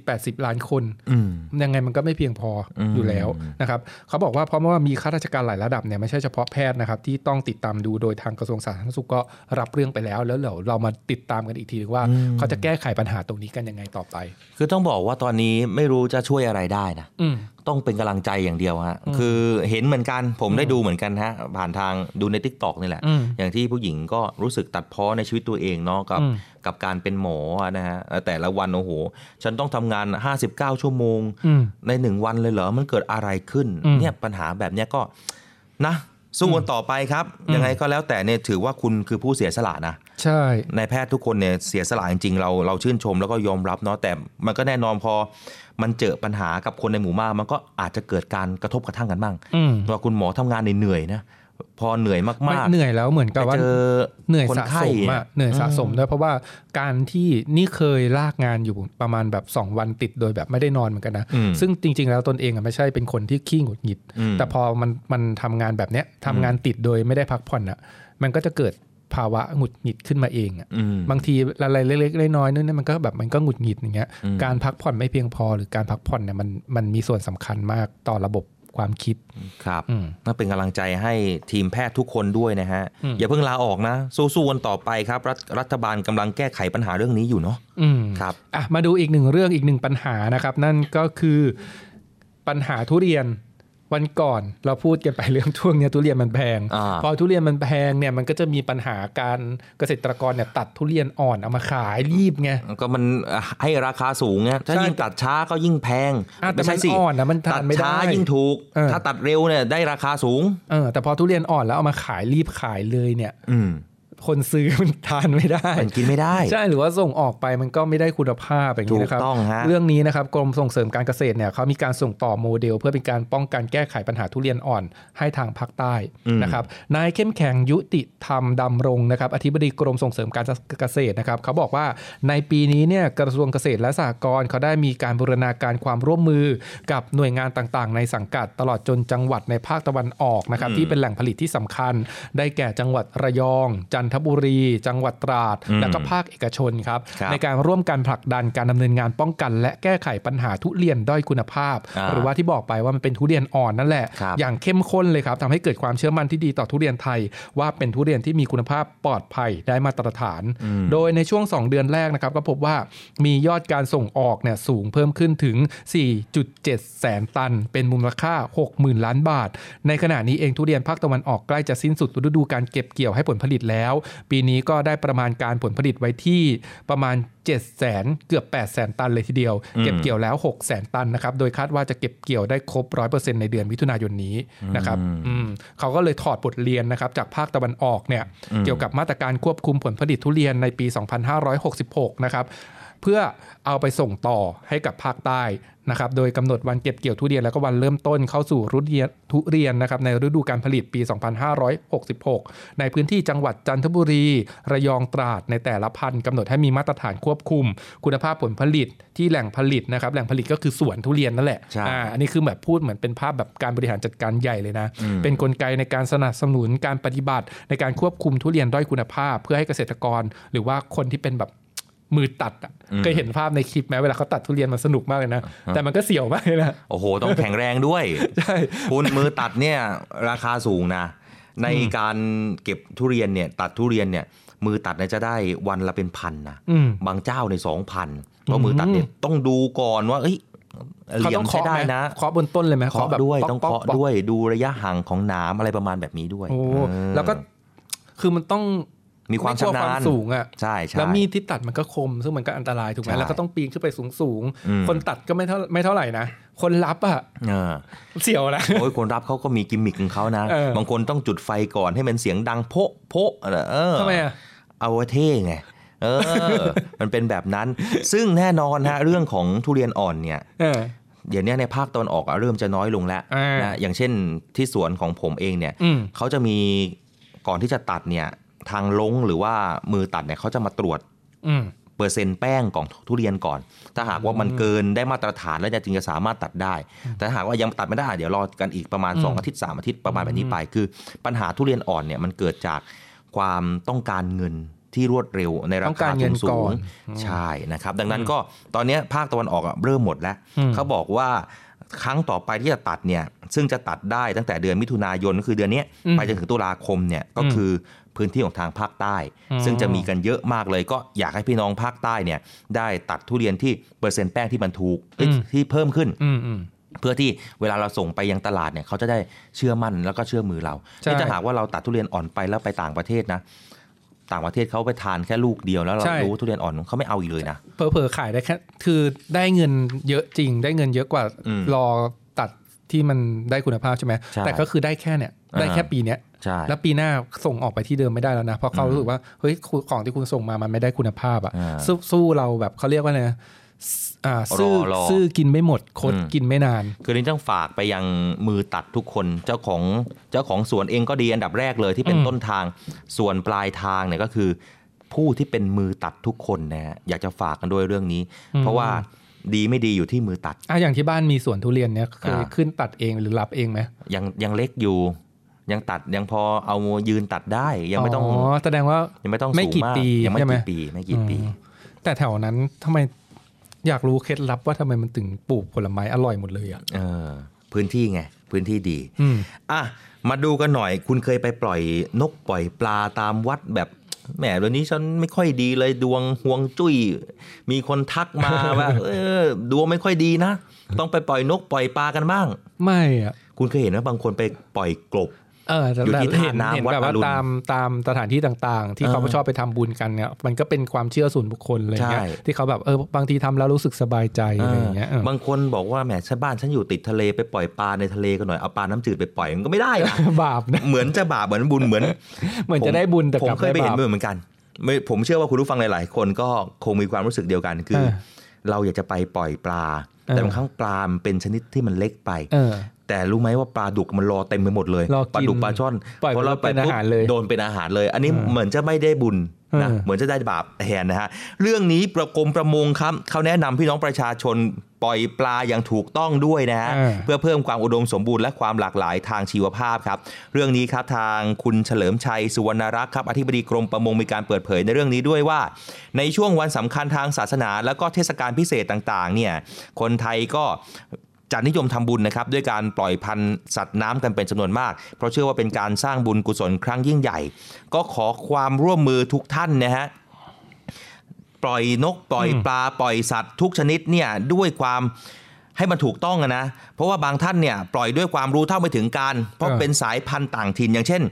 70-80 ล้านคน อืม ยังไงมันก็ไม่เพียงพออ ม อยู่แล้วนะครับเขาบอกว่าเพราะว่ามีข้าราชการหลายระดับเนี่ยไม่ใช่เฉพาะแพทย์นะครับที่ต้องติดตามดูโดยทางกระทรวงสาธารณสุขก็รับเรื่องไปแล้ว แล้วเดี๋ยวเรามาติดตามกันอีกทีว่า เขาจะแก้ไขปัญหาตรงนี้กันยังไงต่อไป คือต้องบอกว่าตอนนี้ไม่รู้จะช่วยอะไรได้นะ อืม ต้องเป็นกำลังใจอย่างเดียวฮะ อืม คือเห็นเหมือนกัน ผมได้ดูเหมือนกันฮะ ผ่านทางดูในทิกตอกนี่แหละ อืม อย่างที่ผู้หญิงก็รู้สึกตัดพ้อในชีวิตตัวเองเนาะกับ อืม กับการเป็นหมอนะฮะ แต่ละวันโอ้โห ฉันต้องทำงาน 59 ชั่วโมง อืม ในหนึ่งวันเลยเหรอ มันเกิดอะไรขึ้น อืม เนี่ยปัญหาแบบเนี้ยก็นะสู้กันต่อไปครับ ยังไงก็แล้วแต่เนี่ยถือว่าคุณคือผู้เสียสละนะ ใช่ นายแพทย์ทุกคนเนี่ยเสียสละจริงๆเราเราชื่นชมแล้วก็ยอมรับเนาะแต่มันก็แน่นอนพอมันเจอปัญหากับคนในหมู่มาก มันก็อาจจะเกิดการกระทบกระทั่งกันบ้าง อืม ว่าคุณหมอทำงานเหนื่อยๆนะพอเหนื่อย ไม่ มากๆ เหนื่อยแล้วเหมือนกับ ไป ว่า เจอ เหนื่อย คน สะ ไข้ สม เนี่ อะ ย เหนื่อยสะสม อืม ด้วยเพราะว่าการที่นี่เคยลากงานอยู่ประมาณแบบ 2 วันติดโดยแบบไม่ได้นอนเหมือนกันนะ อืม ซึ่งจริง ๆ แล้วตนเองอะไม่ใช่เป็นคนที่ขี้หงุดหงิด อืม แต่พอมันมันทำงานแบบเนี้ยทำงานติดโดยไม่ได้พักผ่อนอะมันก็จะเกิดภาวะหงุดหงิดขึ้นมาเองอะ อืม บางทีอะไรเล็กๆน้อยๆนู่นนี่มันก็แบบมันก็หงุดหงิดอย่างเงี้ย อืม การพักผ่อนไม่เพียงพอหรือการพักผ่อนเนี่ยมันมันมีส่วนสำคัญมากต่อระบบความคิด ครับ อืม น่าเป็นกำลังใจให้ทีมแพทย์ทุกคนด้วยนะฮะ อืม อย่าเพิ่งลาออกนะ สู้ๆกันต่อไปครับรัฐรัฐบาลกำลังแก้ไขปัญหาเรื่องนี้อยู่เนาะ อืม ครับ อ่ะมาดูอีกหนึ่งเรื่องอีกหนึ่งปัญหานะครับ นั่นก็คือปัญหาทุเรียนวันก่อนเราพูดกันไปเรื่องช่วงเนี้ยทุเรียนมันแพง อ่า พอทุเรียนมันแพงเนี่ยมันก็จะมีปัญหาการเกษตรกรเนี่ยตัดทุเรียนอ่อนเอามาขายรีบไง ก็มันอ่ะให้ราคาสูงไงถ้า ใช่ ยิ่งตัดช้าก็ยิ่งแพง อ่ะแต่ ไม่ใช่สิ มันอ่อนนะมันทาน ตัด ไม่ได้ ช้ายิ่งถูก เออ ถ้าตัดเร็วเนี่ยได้ราคาสูง เออแต่พอทุเรียนอ่อนแล้วเอามาขายรีบขายเลยเนี่ย อืม คนซื้อ มันทานไม่ได้ มันกินไม่ได้ ใช่หรือว่าส่งออกไปมันก็ไม่ได้คุณภาพอย่างนี้นะครับ ถูกต้องฮะ เรื่องนี้นะครับกรมส่งเสริมการเกษตรเนี่ยเขามีการส่งต่อโมเดล เพื่อเป็นการป้องกันแก้ไขปัญหาทุเรียนอ่อนให้ทางภาคใต้ อืม นะครับนายเข้มแข็งยุติธรรมดำรงนะครับอธิบดีกรมส่งเสริมการเกษตรนะครับเขาบอกว่าในปีนี้เนี่ยกระทรวงเกษตรและสหกรณ์เขาได้มีการบูรณาการความร่วมมือกับหน่วยงานต่างๆ ในสังกัดตลอดจนจังหวัดในภาคตะวันออกนะครับที่เป็นแหล่งผลิตที่สำคัญ ได้แก่จังหวัดระยอง จันทบุรี จังหวัดตราด อืม แล้วก็ภาคเอกชนครับ ครับ ในการร่วมกันผลักดันการดำเนินงานป้องกัน และแก้ไขปัญหาทุเรียนด้อยคุณภาพ อ่า หรือว่าที่บอกไปว่ามันเป็นทุเรียนอ่อนนั่นแหละ ครับ อย่างเข้มข้นเลยครับทำให้เกิดความเชื่อมั่นที่ดีต่อทุเรียนไทย ว่าเป็นทุเรียนที่มีคุณภาพปลอดภัยได้มาตรฐาน อืม โดยในช่วง 2 เดือนแรกนะครับก็พบว่ามียอดการส่งออกเนี่ยสูงเพิ่มขึ้นถึง 4.7 แสนตัน เป็นมูลค่า 60,000 ล้านบาท ในขณะนี้เองทุเรียนภาคตะวันออกใกล้จะสิ้นสุดฤดูการเก็บเกี่ยวให้ผลผลิตแล้ว ปีนี้ก็ได้ประมาณการผลผลิตไว้ที่ประมาณ 7 0 0แสนเกือบ 8 0 0แสนตันเลยทีเดียว เก็บเกี่ยวแล้ว 6 0แสนตันนะครับโดยคาดว่าจะเก็บเกี่ยวได้ครบ 100%ในเดือนมิถุนายนนี้นะครับอืมเขาก็เลยถอดบทเรียนนะครับจากภาคตะวันออกเนี่ยเกี่ยวกับมาตรการควบคุมผลผลิตทุเรียนในปี 2566 นะครับ เพื่อเอาไปส่งต่อให้กับภาคใต้นะครับ โดยกำหนดวันเก็บเกี่ยวทุเรียน แล้วก็วันเริ่มต้นเข้าสู่ฤดูเรียนทุเรียนนะครับในฤดูการผลิตปี 2566 ในพื้นที่จังหวัดจันทบุรี ระยองตราดในแต่ละพันธุ์กำหนดให้มีมาตรฐานควบคุม คุณภาพผลผลิตที่แหล่งผลิตนะครับ แหล่งผลิตก็คือสวนทุเรียนนั่นแหละ ใช่ อ่า อันนี้คือแบบพูดเหมือนเป็นภาพแบบการบริหารจัดการใหญ่เลยนะ เป็นกลไกในการสนับสนุนการปฏิบัติในการควบคุมทุเรียนด้อยคุณภาพ เพื่อให้เกษตรกร หรือว่าคนที่เป็นแบบมือตัดอะเคยเห็นภาพในคลิปไหมเวลาเขาตัดทุเรียนมันสนุกมากเลยนะ แต่มันก็เสียวมากเลยนะ โอ้โห ต้องแข็งแรงด้วย ใช่ คุณมือตัดเนี่ยราคาสูงนะ ในการเก็บทุเรียนเนี่ยตัดทุเรียนเนี่ยมือตัดเนี่ยจะได้วันละเป็นพันนะ อืม บางเจ้าในสองพันเพราะมือตัดเนี่ยต้องดูก่อนว่าเอ้ยเห เขา ลี่ย ต้อ ม ง ใช้ เคาะ ได้ ไหม นะ เคาะบนต้นเลยไหม เคาะ แบบ ด้วย ป๊ก ต้อง ป๊ก เคาะ ป๊ก ด้วยดูระยะห่างของหนามอะไรประมาณแบบนี้ด้วย โอ้ เออ แล้วก็คือมันต้อง มีความ ไกลั ชำนาควาญมสูงอ่ะ ใช่ใช่ แล้วมีดที่ตัดมันก็คม ซึ่งมันก็อันตรายถูกไหม ใช่ แล้วก็ต้องปีนขึ้นไปสูงสูงๆ อืม คนตัดก็ไม่เท่าไม่เท่าไหร่นะ คนรับอ่ะ เออ เสียวนะ โอ้ยคนรับเขาก็มีกิมมิคของเขานะ เออ บางคนต้องจุดไฟก่อนให้มันเสียงดังโพะโพะเออเออ ทำไมอ่ะ เอาไว้เท่ไงเออ มันเป็นแบบนั้น ซึ่งแน่นอนฮะเรื่องของทุเรียนอ่อนเนี่ย เออ เดี๋ยวเนี้ยในภาคตอนออกอะเริ่มจะน้อยลงแล้ว อ่าน นะอย่างเช่นที่สวนของผมเองเนี่ย อืม เขาจะมีก่อนที่จะตัดเนี่ยทางลงหรือว่ามือตัดเนี่ยเขาจะมาตรวจ อืม เปอร์เซ็นต์แป้งของทุเรียนก่อน ถ้าหากว่ามันเกินได้มาตรฐานแล้วเนี่ยจึงจะสามารถตัดได้ แต่ถ้าหากว่ายังตัดไม่ได้อ่ะเดี๋ยวรอกันอีกประมาณ 2 อาทิตย์ 3 อาทิตย์ประมาณแบบนี้ไป คือปัญหาทุเรียนอ่อนเนี่ยมันเกิดจากความต้องการเงิน ที่รวดเร็วในรา ต้อง คา การเงินก่ สู อง น ๆใช่นะครับ ดังนั้นก็ตอนเนี้ยภาคตะวันออกอะเริ่มหมดแล้ว อืม เขาบอกว่าครั้งต่อไปที่จะตัดเนี่ยซึ่งจะตัดได้ตั้งแต่เดือนมิถุนายนก็คือเดือนเนี้ย อืม ไปจนถึงตุลาคมเนี่ยก็ อืม คือพื้นที่ของทางภาคใต้ อ๋อ ซึ่งจะมีกันเยอะมากเลย ก็อยากให้พี่น้องภาคใต้เนี่ยได้ตัดทุเรียนที่เปอร์เซ็นต์แป้งที่มันถูกเอ้ยที่เพิ่มขึ้น อืมอืม เพื่อที่เวลาเราส่งไปยังตลาดเนี่ยเขาจะได้เชื่อมั่นแล้วก็เชื่อมือเรา ใช่ นี่ถ้าหากว่าเราตัดทุเรียนอ่อนไปแล้วไปต่างประเทศนะ ต่างประเทศเขาไปทานแค่ลูกเดียวแล้วเรารู้ว่าทุเรียนอ่อนเขาไม่เอาอีกเลยนะ เผลอๆขายได้แค่คือได้เงินเยอะจริง ได้เงินเยอะกว่า อืม รอตัดที่มันได้คุณภาพใช่ไหม ใช่ แต่ก็คือได้แค่เนี่ยได้แค่ อ่า ปีเนี้ย ใช่ แล้วปีหน้าส่งออกไปที่เดิมไม่ได้แล้วนะ เพราะเขา อืม รู้สึกว่าเฮ้ยคุณของที่คุณส่งมามันไม่ได้คุณภาพอ่ะ อ่า สู้สู้เราแบบเขาเรียกว่าไงนะซอ่าซื่อ รอรอ ซื่อกินไม่หมดคด อืม กินไม่นาน คือนี่ต้องฝากไปยังมือตัดทุกคนเจ้าของเจ้าของสวนเองก็ดีอันดับแรกเลยที่เป็น อืม ต้นทาง ส่วนปลายทางเนี่ยก็คือ ผู้ที่เป็นมือตัดทุกคนนะฮะอยากจะฝากกันด้วยเรื่องนี้ อืม เพราะว่าดีไม่ดีอยู่ที่มือตัด อ่ะอย่างที่บ้านมีสวนทุเรียนเนี่ยเคย อ่า ขึ้นตัดเองหรือรับเองไหม ยังยังเล็กอยู่ ยังตัดยังพอเอายืนตัดได้ยังไม่ต้อง อ๋อแสดงว่า ยังไม่ต้อง ไม่ สูง กี่ มาก ปี ยังไม่ ใช่ไหม กี่ปีไม่กี่ปี อืมแต่แถวนั้นทำไมอยากรู้เคล็ดลับว่าทำไมมันถึงปลูกผลไม้อร่อยหมดเลยอ่ะ เออพื้นที่ไง พื้นที่ดี อืม อ่ะ มาดูกันหน่อย คุณเคยไปปล่อยนกปล่อยปลาตามวัดแบบแหมเดี๋ยวนี้ฉันไม่ค่อยดีเลยดวงห่วงจุ้ย มีคนทัก มา ว่าเออดวงไม่ค่อยดีนะ ต้องไปปล่อยนกปล่อยปลากันบ้าง ไม่อ่ะ คุณเคยเห็นไหมบางคนไปปล่อยกลบ เออแต่ อยู่แต่ที่ท่าน้ำ เห็ วัด แบบ อ ว่า รุณ ตามตามสถานที่ต่างๆ ที่เขา เออ ชอบไปทำบุญกันเนี่ยมันก็เป็นความเชื่อส่วนบุคคลอะไรเงี้ย ใช่ ที่เขาแบบเออบางทีทำแล้วรู้สึกสบายใจอะไรอย่างเงี้ยเออบ างคนบอกว่าแหมฉันบ้านฉันอยู่ติดทะเลไปปล่อยปลาในทะเลกันหน่อยเอาปลาน้ำจืดไปปล่อยมันก็ไม่ได้ นะ บาปนะ เหมือนจะบาปเหมือนบุญเหมือน เหมือนจะได้บุญแต่ ผ ก ม ลับ เคยไป ด้ เห็น บาป เหมือนกันไม่ผมเชื่อว่าคุณผู้ฟังหลาย ๆ คนก็คงมีความรู้สึกเดียวกันคือ เออ เราอยากจะไปปล่อยปลา เออ แต่บางครั้งปลามันเป็นชนิดที่มันเล็กไป เออ แต่รู้ไหมว่าปลาดุกมันรอเต็มไปหมดเลย รอกิน ปลาดุกปลาช่อน ปล่อย พอเราไป เป็นอา ปุ๊บ หารเลย โดนเป็นอาหารเลย อันนี้ เออ เหมือนจะไม่ได้บุญนะ เออ เหมือนจะได้บาปแทนนะฮะเรื่องนี้ประกรมประมงครับเขาแนะนำพี่น้องประชาชนปล่อยปลาอย่างถูกต้องด้วยนะฮะ เออ เพื่อเพิ่มความอุดมสมบูรณ์และความหลากหลายทางชีวภาพครับ เรื่องนี้ครับทางคุณเฉลิมชัยสุวรรณรักษ์ครับอธิบดีกรมประมงมีการเปิดเผยในเรื่องนี้ด้วยว่า ในช่วงวันสำคัญทางศาสนา และก็เทศกาลพิเศษต่างๆเนี่ยคนไทยก็จะนิยมทำบุญนะครับด้วยการปล่อยพันธุ์สัตว์น้ำกันเป็นจำนวนมาก เพราะเชื่อว่าเป็นการสร้างบุญกุศลครั้งยิ่งใหญ่ ก็ขอความร่วมมือทุกท่านนะฮะ ปล่อยนกปล่อยปลาปล่อยสัตว์ทุกชนิดเนี่ยด้วยความให้มันถูกต้องอะนะ เพราะว่าบางท่านเนี่ยปล่อยด้วยความรู้เท่าไม่ถึงการ เพราะ เออ เป็นสายพันธุ์ต่างถิ่นอย่างเช่น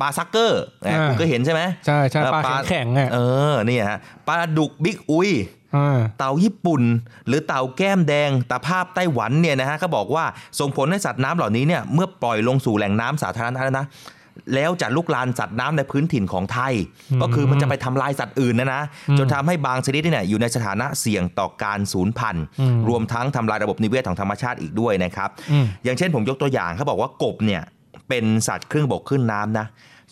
ปลาซักเกอร์นะ อ่า คุณก็เห็นใช่ไหม ใช่ใช่ เออ ปลาแข็งๆอ่ะ เออเนี่ยฮะปลาดุกบิ๊กอุย เออ เต่าญี่ปุ่น หรือเต่าแก้มแดงตะภาพไต้หวันเนี่ยนะฮะก็บอกว่าส่งผลให้สัตว์น้ำเหล่านี้เนี่ยเมื่อปล่อยลงสู่แหล่งน้ำสาธารณะแล้วนะ แล้วจะลุกลานสัตว์น้ำในพื้นถิ่นของไทย ก็คือมันจะไปทำลายสัตว์อื่นนะนะ จนทำให้บางชนิดเนี่ยอยู่ในสถานะเสี่ยงต่อการสูญพันธุ์ อืม รวมทั้งทำลายระบบนิเวศของธรรมชาติอีกด้วยนะครับ อืม อย่างเช่นผมยกตัวอย่างเขาบอกว่ากบเนี่ยเป็นสัตว์ครึ่งบกครึ่งน้ำนะ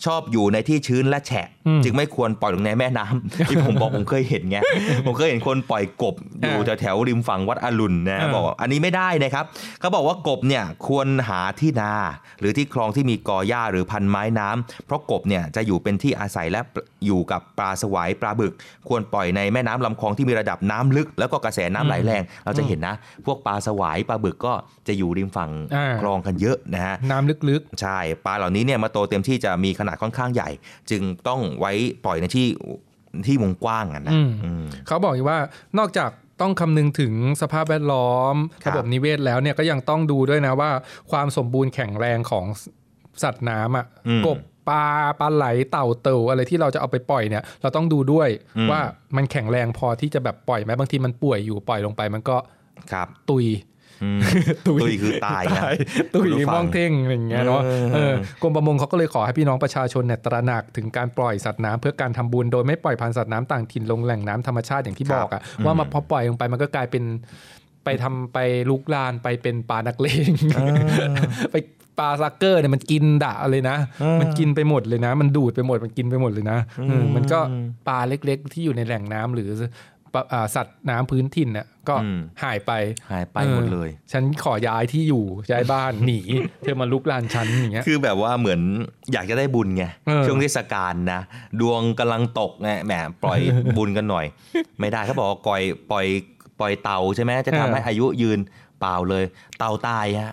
ชอบอยู่ในที่ชื้นและแฉะ อืม จึงไม่ควรปล่อยลงในแม่น้ำ ที่ผมบอกผมเคยเห็นไง ผมเคยเห็นคนปล่อยกบอยู่แถวแถวๆริมฝั่งวัดอรุณนะ เออ บอกว่าอันนี้ไม่ได้นะครับเขาบอกว่ากบเนี่ยควรหาที่นา หรือที่คลองที่มีกอหญ้าหรือพันไม้น้ำเพราะกบเนี่ยจะอยู่เป็นที่อาศัยและอยู่กับปลาสวายปลาบึก ควรปล่อยในแม่น้ำลำคลองที่มีระดับน้ำลึก แล้วก็กระแสน้ำไหลแรง เราจะเห็นนะ พวกปลาสวายปลาบึกก็จะอยู่ริมฝั่ง อ่า คลองกันเยอะนะฮะ น้ำลึก ใช่ปลาเหล่านี้เนี่ยมาโตเต็มที่จะมีขนาดค่อนข้างใหญ่ จึงต้องไว้ปล่อยในที่ที่วงกว้างอะนะ อืม อืม ๆ เขาบอกอีกว่านอกจากต้องคำนึงถึงสภาพแวดล้อม ครับ ระบบนิเวศแล้วเนี่ยก็ยังต้องดูด้วยนะว่า ความสมบูรณ์แข็งแรงของสัตว์น้ำอ่ะ อืม กบปลาปลาไหลเต่าเต่าอะไรที่เราจะเอาไปปล่อยเนี่ย เราต้องดูด้วย อืม ว่ามันแข็งแรงพอที่จะแบบปล่อยไหมบางทีมันป่วยอยู่ปล่อยลงไปมันก็ ครับ ตุย อืม ตุยคือตายนะ ตุย คุณผู้ฟัง มองเท่งอะไรอย่างเงี้ยเนาะ เออ เออกรมประมงเขาก็เลยขอให้พี่น้องประชาชนเนี่ยตระหนักถึงการปล่อยสัตว์น้ำเพื่อการทำบุญโดยไม่ปล่อยพันธุ์สัตว์น้ำต่างถิ่นลงแหล่งน้ำธรรมชาติอย่างที่บอกอะว่ามาพอปล่อยลงไปมันก็กลายเป็นไปทำไปลุกลานไปเป็นปลานักเลงไปปลาซักเกอร์เนี่ยมันกินดะเลยนะ มันกินไปหมดเลยนะ มันดูดไปหมดมันกินไปหมดเลยนะเออมันก็ปลาเล็กๆ ที่อยู่ในแหล่งน้ำหรือ ปะอ่าสัตว์น้ำพื้นถิ่นเนี่ยก็ อืม หายไป หายไป ออ หมดเลย ฉันขอย้ายที่อยู่ย้ายบ้าน หนีเธอมาลุกลานฉันอย่างเงี้ย คือแบบว่าเหมือนอยากจะได้บุญไง เออ ช่วงเทศกาลนะ ดวงกำลังตกไงแหมปล่อย บุญกันหน่อย ไม่ได้เขาบอกว่าปล่อยปล่อยปล่อยเต่าใช่ไหมจะทำ เออ ให้อายุยืนเปล่าเลย เต่าตายฮะ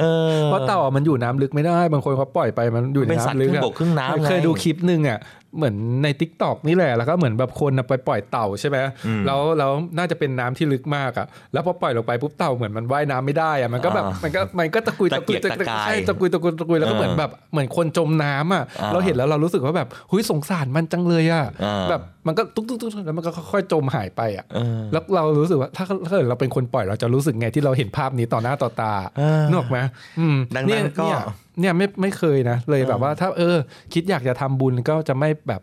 เออ เพราะเต่าอ่ะมันอยู่น้ำลึกไม่ได้ บางคนเขาปล่อยไปมันอยู่ใน เป็นสัตว์ น้ำลึก ครึ่ อะ งบกครึ่งน้ำไง เคยดูคลิปหนึ่งอ่ะเหมือนในทิกตอกนี่แหละแล้วก็เหมือนแบบคนน่ะไปปล่อยเต่าใช่ไหม อืม แล้วแล้วน่าจะเป็นน้ำที่ลึกมากอ่ะแล้วพอปล่อยลงไปปุ๊บเต่าเหมือนมันว่ายน้ำไม่ได้อ่ะมันก็แบบ อ่ามั มันก็มันก็ตะกุย ตะเกียกตะกาย ใช่ตะกุยตะกุยตะกุยแล้วก็เหมือนแบบเหมือนคนจมน้ำอ่ะ อ่า เราเห็นแล้วเรารู้สึกว่าแบบหุยสงสารมันจังเลยอ่ะ อ่า แบบมันก็ตุ๊กตุ๊กตุ๊กตุ๊กแล้วมันก็ค่อยๆจมหายไปอ่ะ เออ แล้วเรารู้สึกว่าถ้าถ้าเกิดเราเป็นคนปล่อยเราจะรู้สึกไงที่เราเห็นภาพนี้ต่อหน้าต่อตา เออ นึกออกไหมอืม ดังนั้นก็ เยเนยเนี่ยไม่ไม่เคยนะ เลยแบบว่าถ้าเออ คิดอยากจะทำบุญก็จะไม่แบบ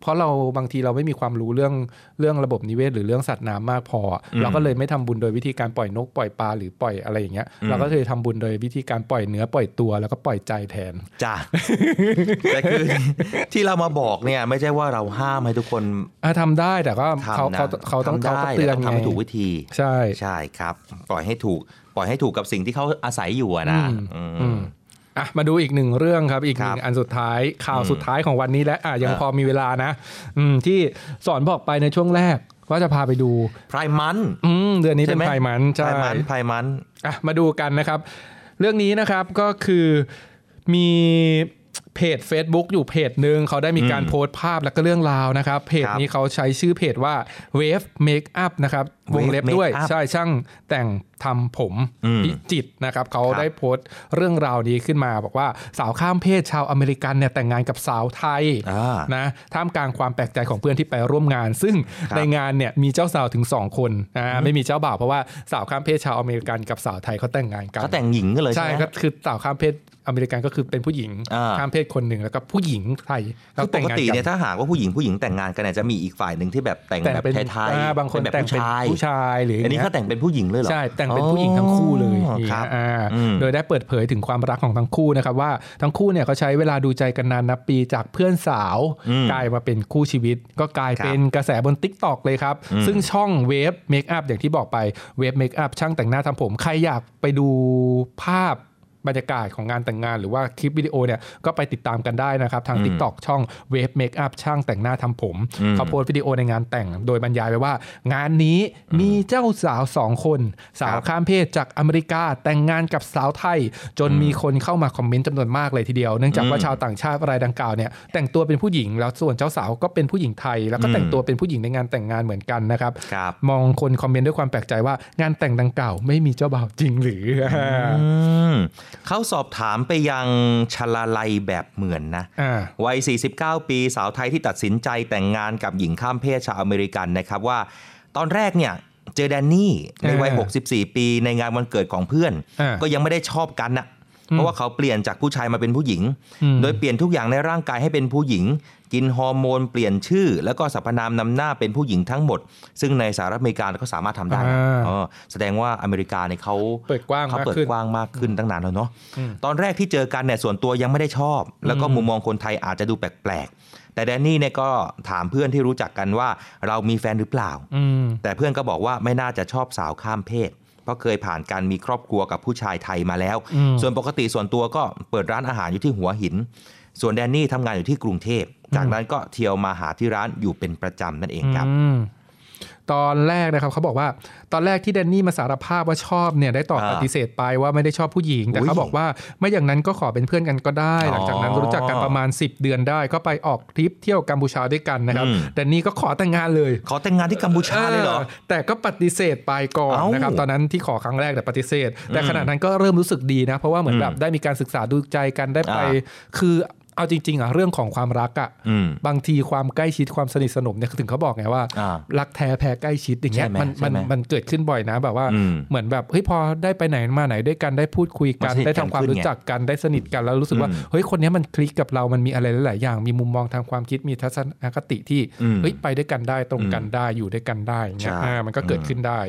เพราะเราบางทีเราไม่มีความรู้เรื่องเรื่องระบบนิเวศ หรือเรื่องสัตว์น้ำมากพออ่ะเราก็เลยไม่ทำบุญโดยวิธีการปล่อยนกปล่อยปลาหรือปล่อยอะไรอย่างเงี้ยเราก็เคยทำบุญโดยวิธีการปล่อยเนื้อปล่อยตัวแล้วก็ปล่อยใจแทน จ้ะ แต่ คือที่เรามาบอกเนี่ย ไม่ใช่ว่าเราห้ามให้ทุกคน อ่ะทำได้แต่ก็เขา ทำนะ เขาเขาต้อง ทำ เขา ได้ ต้องเตือน แทำ ไง ให้ถูกวิธี ใช่ ใช่ครับ ปล่อยให้ถูก ปล่อยให้ถูกกับสิ่งที่เขาอาศัยอยู่อะนะอืม อืมอ่ะมาดูอีกหนึ่งเรื่องครับ อีกหนึ่ ครั ง บ อันสุดท้ายข่าว อืม สุดท้ายของวันนี้และอ่ะยัง อ่ะ พอมีเวลานะ อืมที่สอนบอกไปในช่วงแรกว่าจะพาไปดู ไพรมัน อืมเดือนนี้เป็น ใช่ห ไพรมันใช่ ไพรมันไพรมัน อ่ะมาดูกันนะครับ เรื่องนี้นะครับก็คือมีเพจ Facebook อยู่เพจหนึ่งเขาได้มีการ อืม โพสต์ภาพและก็เรื่องราวนะครับ เพจ ครับ นี้เขาใช้ชื่อเพจว่า Wave Makeup นะครับ วงเล็บ Wave ด้วย Makeup ใช่ช่างแต่งทำผม อืม พิจิตรนะครับเขา ครับ ได้โพสต์เรื่องราวนี้ขึ้นมา บอกว่าสาวข้ามเพศชาวอเมริกันเนี่ยแต่งงานกับสาวไทย อ่าน นะท่ามกลางความแปลกใจของเพื่อนที่ไปร่วมงาน ซึ่ง ครับ ในงานเนี่ยมีเจ้าสาวถึง 2 คนนะไม่มีเจ้าบ่าวเพราะว่าสาวข้ามเพศชาวอเมริกันกับสาวไทยเขาแต่งงานกัน เขาแต่งหญิงกันเลยใช่ ใช่ ไหม ก็คือสาวข้ามเพศอเมริกันก็คือเป็นผู้หญิง อ่า ข้ามเพศคนหนึ่งแล้วก็ผู้หญิงไทยแล้ คืวอป แต่ง ก งาน ติเนี่ย กัน ถ้าหากว่าผู้หญิงผู้หญิงแต่งงานกันเนี่ยจะมีอีกฝ่ายหนึ่งที่แบบแต่ง แต่ง แบบ เป็น ไทย อ่าบางคน แบบ แต่ง ผู้ เป็น ชาย ผู้ชายหรือ อั อั นนี้เขาแต่งเป็นผู้หญิงเลยเหรอ ใช่แต่งเป็นผู้หญิงทั้งคู่เลย อ๋อครับ อ่า อืม โดยได้เปิดเผยถึงความรักของทั้งคู่นะครับว่าทั้งคู่เนี่ยเขาใช้เวลาดูใจกันนานนับปีจากเพื่อนสาว อืม กลายมาเป็นคู่ชีวิต ก็กลายเป็นกระแสบน t ิ k t o k เลยครับ อืม ซึ่งช่องเวฟเมคอัพอย่างที่บอกไปเวฟเมคอัพช่างแต่งหน้าทำผม ใครอยากไปดูภาพบรรยากาศของงานแต่งงาน หรือว่าคลิปวิดีโอเนี่ยก็ไปติดตามกันได้นะครับ ทาง อืม TikTok ช่องเวฟเมคอัพช่างแต่งหน้าทำผม อืม เขาโพสต์วิดีโอในงานแต่งโดยบรรยายไว้ว่า งานนี้มีเจ้าสาวสองคน สาวข้ามเพศจากอเมริกาแต่งงานกับสาวไทย จนมีคนเข้ามาคอมเมนต์จำนวนมากเลยทีเดียว เนื่องจากว่า อืม ชาวต่างชาติรายดังกล่าวเนี่ยแต่งตัวเป็นผู้หญิงแล้วส่วนเจ้าสาวก็เป็นผู้หญิงไทย แล้วก็แต่งตัวเป็นผู้หญิงในงานแต่งงานเหมือนกันนะครับ ครับ มองคนคอมเมนต์ด้วยความแปลกใจว่างานแต่งดังกล่าวไม่มีเจ้าบ่าวจริงหรือ อืมเขาสอบถามไปยังชลาลัยแบบเหมือนนะ อ่า วัย 49 ปีสาวไทยที่ตัดสินใจแต่งงานกับหญิงข้ามเพศชาวอเมริกันนะครับว่า ตอนแรกเนี่ยเจอแดนนี่ในวัย เออ 64 ปีในงานวันเกิดของเพื่อน เออ ก็ยังไม่ได้ชอบกันนะเพราะว่าเขาเปลี่ยนจากผู้ชายมาเป็นผู้หญิง อืม โดยเปลี่ยนทุกอย่างในร่างกายให้เป็นผู้หญิง กินฮอร์โมนเปลี่ยนชื่อ แล้วก็สรรพนามนำหน้าเป็นผู้หญิงทั้งหมด ซึ่งในสหรัฐอเมริกาก็สามารถทำได้นะเออแสดงว่าอเมริกาเนี่ยเขา เปิดกว้าง เขา มาก เปิด ขึ้น กว้างมากขึ้นตั้งนานแล้วเนาะ อืม ตอนแรกที่เจอกันเนี่ยส่วนตัวยังไม่ได้ชอบ แล้วก็มุมมองคนไทยอาจจะดูแปลกๆ แต่แดนนี่เนี่ยก็ถามเพื่อนที่รู้จักกันว่าเรามีแฟนหรือเปล่า อืม แต่เพื่อนก็บอกว่าไม่น่าจะชอบสาวข้ามเพศ เพราะเคยผ่านการมีครอบครัวกับผู้ชายไทยมาแล้ว อืม ส่วนปกติส่วนตัวก็เปิดร้านอาหารอยู่ที่หัวหิน ส่วนแดนนี่ทำงานอยู่ที่กรุงเทพ จากนั้นก็เที่ยวมาหาที่ร้านอยู่เป็นประจำนั่นเองครับ อืมตอนแรกนะครับเขาบอกว่าตอนแรกที่แดนนี่มาสารภาพว่าชอบเนี่ยได้ตอบ อ่า ปฏิเสธไปว่าไม่ได้ชอบผู้หญิง แต่ อุ๊ย เขาบอกว่าไม่อย่างนั้นก็ขอเป็นเพื่อนกันก็ได้ อ๋อ หลังจากนั้นรู้จักกันประมาณ 10 เดือนได้ ก็ไปออกทริปเที่ยวกัมพูชาด้วยกันนะครับ อืม แดนนี่ก็ขอแต่งงานเลย ขอแต่งงานที่กัมพูชาเลยเหรอ เออแต่ก็ปฏิเสธไปก่อน เอ้าน นะครับตอนนั้นที่ขอครั้งแรกแต่ปฏิเสธ แต่ขณะนั้นก็เริ่มรู้สึกดีนะ เพราะว่าเหมือนแบบได้มีการศึกษาดูใจกันได้ไป อ่ คือเอาจริงๆอ่ะเรื่องของความรักอ่ะ อืม บางทีความใกล้ชิดความสนิทสนมเนี่ยถึงเขาบอกไงว่า อ่า รักแท้แพ้ใกล้ชิดอย่างเงี้ย ใช่ไหม มันมัน ใช่ไหม มันเกิดขึ้นบ่อยนะแบบว่า อืม เหมือนแบบเฮ้ยพอได้ไปไหนมาไหนด้วยกันได้พูดคุยกัน มันสนิท ได้ทำ กัน ความ ขึ้น รู้ ไง จักกันได้สนิทกันแล้วรู้สึกว่า อืม เฮ้ยคนเนี้ยมันคลิกกับเรามันมีอะไรหลายๆอย่างมีมุมมองทางความคิดมีทัศนคติที่ อืม เฮ้ย ไปด้วยกันได้ตรงกันได้อยู่ด้วยกันได้อย่างเงี้ย ใช่ อ่ามันก็เกิด อืม ขึ้นได้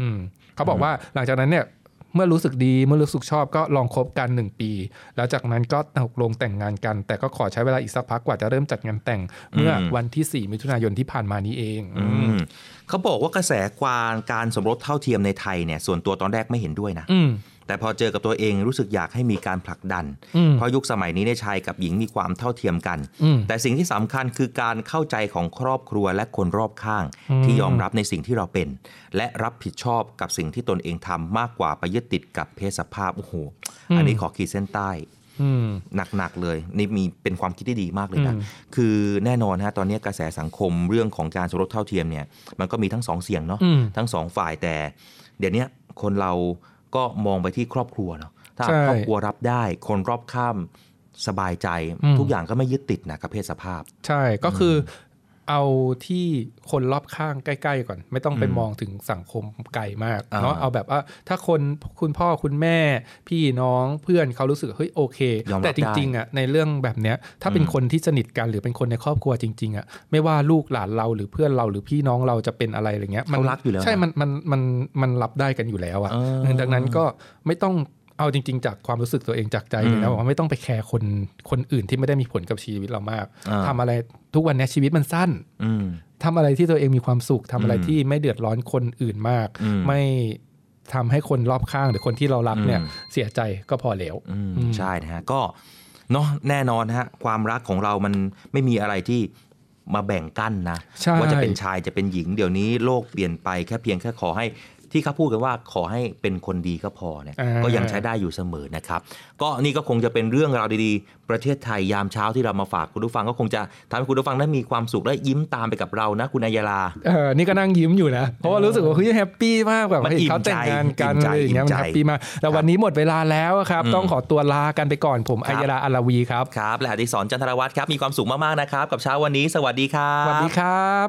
อืมเขาบอกว่าหลังจากนั้นเนี่ย เมื่อรู้สึกดีเมื่อรู้สึกชอบก็ลองคบกัน 1 ปี แล้วจากนั้นก็ตกลงแต่งงานกัน แต่ก็ขอใช้เวลาอีกสักพักกว่าจะเริ่มจัดงานแต่ง เมื่อวันที่ 4 มิถุนายนที่ผ่านมานี้เอง อืมเขาบอกว่ากระแสกวานการสมรสเท่าเทียมในไทยเนี่ยส่วนตัวตอนแรกไม่เห็นด้วยนะ อืม แต่พอเจอกับตัวเองรู้สึกอยากให้มีการผลักดัน อืม เพราะยุคสมัยนี้ในยชายกับหญิงมีความเท่าเทียมกัน อืม แต่สิ่งที่สำคัญคือการเข้าใจของครอบครัวและคนรอบข้าง อืม ที่ยอมรับในสิ่งที่เราเป็น และรับผิดชอบกับสิ่งที่ตนเองทำมากกว่าไปยึดติดกับเพศสภาพโอ้โหอันนี้ขอขีดเส้นใต้ อืม หนัก ๆ เลย นี่มีเป็นความคิดที่ดีมากเลยนะ อืม คือแน่นอนฮะตอนนี้กระแสสังคมเรื่องของการสมรสเท่าเทียมเนี่ยมันก็มีทั้งสองเสียงเนาะ อืม ทั้งสองฝ่ายแต่ เดี๋ยวนี้คนเราก็มองไปที่ครอบครัวเนาะถ้า ใช่ ครอบครัวรับได้ คนรอบข้ามสบายใจ อืม ทุกอย่างก็ไม่ยึดติดนะกับเพศสภาพ ใช่ก็คืออเอาที่คนรอบข้างใกล้ๆก่อน ไม่ต้องไป อืม มองถึงสังคมไกลมาก อ่า เนาะเอาแบบว่าถ้าคนคุณพ่อคุณแม่ พี่น้องเพื่อนเขารู้สึกเฮ้ยโอเค ยอมรับ แต่จริงๆอ่ะในเรื่องแบบเนี้ยถ้าเป็น อืม คนที่สนิทกันหรือเป็นคนในครอบครัวจริงๆอ่ะไม่ว่าลูกหลานเราหรือเพื่อนเราหรือพี่น้องเราจะเป็นอะไรอะไรเงี้ย เขารักอยู่แล้ว ใช่ นะ มัน มัน มัน มันรับได้กันอยู่แล้วอะ เออ เออดังนั้นก็ไม่ต้องเอาจริง ๆ จากความรู้สึกตัวเองจากใจเลยนะ อืม ว่าไม่ต้องไปแคร์คน คนอื่นที่ไม่ได้มีผลกับชีวิตเรามาก อ่า ทำอะไรทุกวันเนี้ยชีวิตมันสั้น อืม ทำอะไรที่ตัวเองมีความสุขทำอะไร อืม ที่ไม่เดือดร้อนคนอื่นมาก อืม ไม่ทำให้คนรอบข้างหรือคนที่เรารักเนี่ย อืม เสียใจก็พอแล้ว อืม อืม ใช่นะฮะก็เนาะแน่นอนนะฮะความรักของเรามันไม่มีอะไรที่มาแบ่งกั้นนะ ใช่ ว่าจะเป็นชายจะเป็นหญิงเดี๋ยวนี้โลกเปลี่ยนไปแค่เพียงแค่ขอให้ที่เขาพูดกันว่าขอให้เป็นคนดีก็พอเนี่ย อ่า ก็ยังใช้ได้อยู่เสมอนะครับ ก็นี่ก็คงจะเป็นเรื่องราวดีๆ ประเทศไทยยามเช้าที่เรามาฝากคุณผู้ฟังก็คงจะทำให้คุณผู้ฟังได้มีความสุขและยิ้มตามไปกับเรานะ คุณอัยยาลา เออนี่ก็นั่งยิ้มอยู่นะ เพราะว่ารู้สึกว่าเฮ้ยแฮปปี้มากแบบ มัน เห็น อิ่ม เขาแต่งงานกัน ใจ อะไรอย่างเงี้ยมันอิ่มใจ แฮปปี้มากแต่วันนี้หมดเวลาแล้วครับ อืม ต้องขอตัวลากันไปก่อนผม ครั อั บ ยราอาราวีครับ ครับและอดิศรจันทรวัตรครับมีความสุขมากๆนะครับกับเช้าวันนี้ สวัสดีครั ส บ วัสดีครับ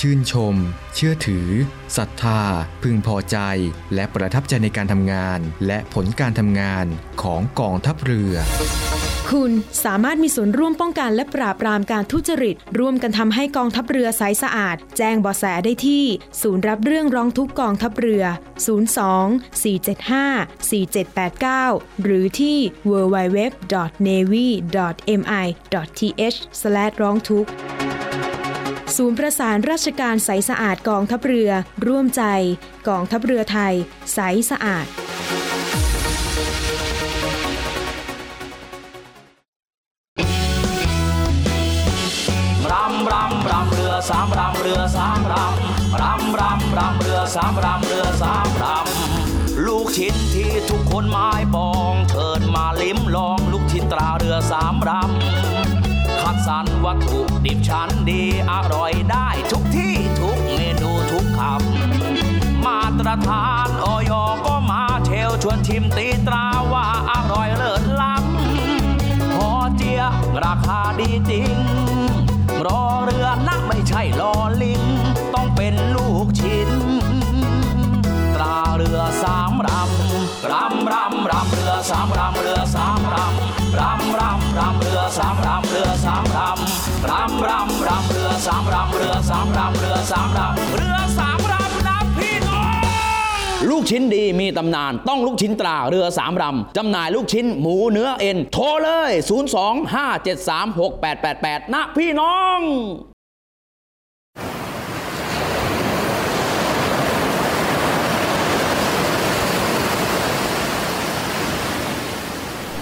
ชื่นชม เชื่อถือศรัทธา พึงพอใจ และประทับใจในการทำงาน และผลการทำงานของกองทัพเรือ คุณสามารถมีส่วนร่วมป้องกันและปราบปรามการทุจริต ร่วมกันทำให้กองทัพเรือใสสะอาด แจ้งเบาะแสได้ที่ ศูนย์รับเรื่องร้องทุกข์กองทัพเรือ 02-475-4789 หรือที่ www.navy.mi.th/ร้องทุกข์ ศูนย์ประสานราชการใสสะอาดกองทัพเรือ ร่วมใจ กองทัพเรือไทย ใสสะอาด รำรำรำเรือสามรำเรือสามรำรำรำรำเรือสามรำเรือสามรำลูกชิดที่ทุกคนไม้ปองเชิญมาลิ้มลองลูกชิดตราเรือสามรำคัดสรรวัตถุดิบชั้นดีอร่อยได้ทุกที่ทุกเมนูทุกคำมาตรฐานออยก็มาเชลชวนชิมตีตราว่าอร่อยเลิศล้ำพอเจียราคาดีจริง รอเรือนะไม่ใช่รอลิง ต้องเป็นลูกชิ้น ตราเรือสามรำรำรำรำเรือสามรำเรือสามรำรำรำรำเรือสามรำเรือสามรำรำรำรำเรือสามรำเรือสามรำเรือสามรำเรือสามรำนะพี่น้อง ลูกชิ้นดีมีตำนานต้องลูกชิ้นตราเรือสามลำจำหน่ายลูกชิ้นหมูเนื้อเอ็น โทรเลย 025736888 นะพี่น้อง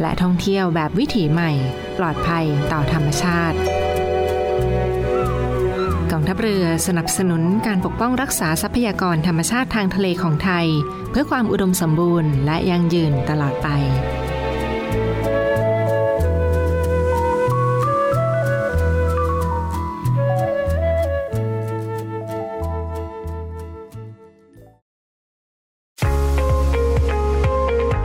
และท่องเที่ยวแบบวิถีใหม่ ปลอดภัยต่อธรรมชาติ กองทัพเรือสนับสนุนการปกป้องรักษาทรัพยากรธรรมชาติทางทะเลของไทย เพื่อความอุดมสมบูรณ์และยั่งยืนตลอดไป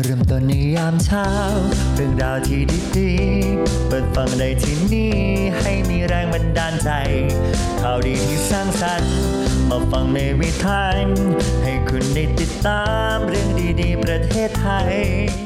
เริ่มต้นในยามเช้า เรื่องราวที่ดีๆ เปิดฟังได้ที่นี่ ให้มีแรงบันดาลใจ ข่าวดีที่สร้างสรรค์ มาฟังในวิถีให้คุณได้ติดตามเรื่องดีๆ ประเทศไทย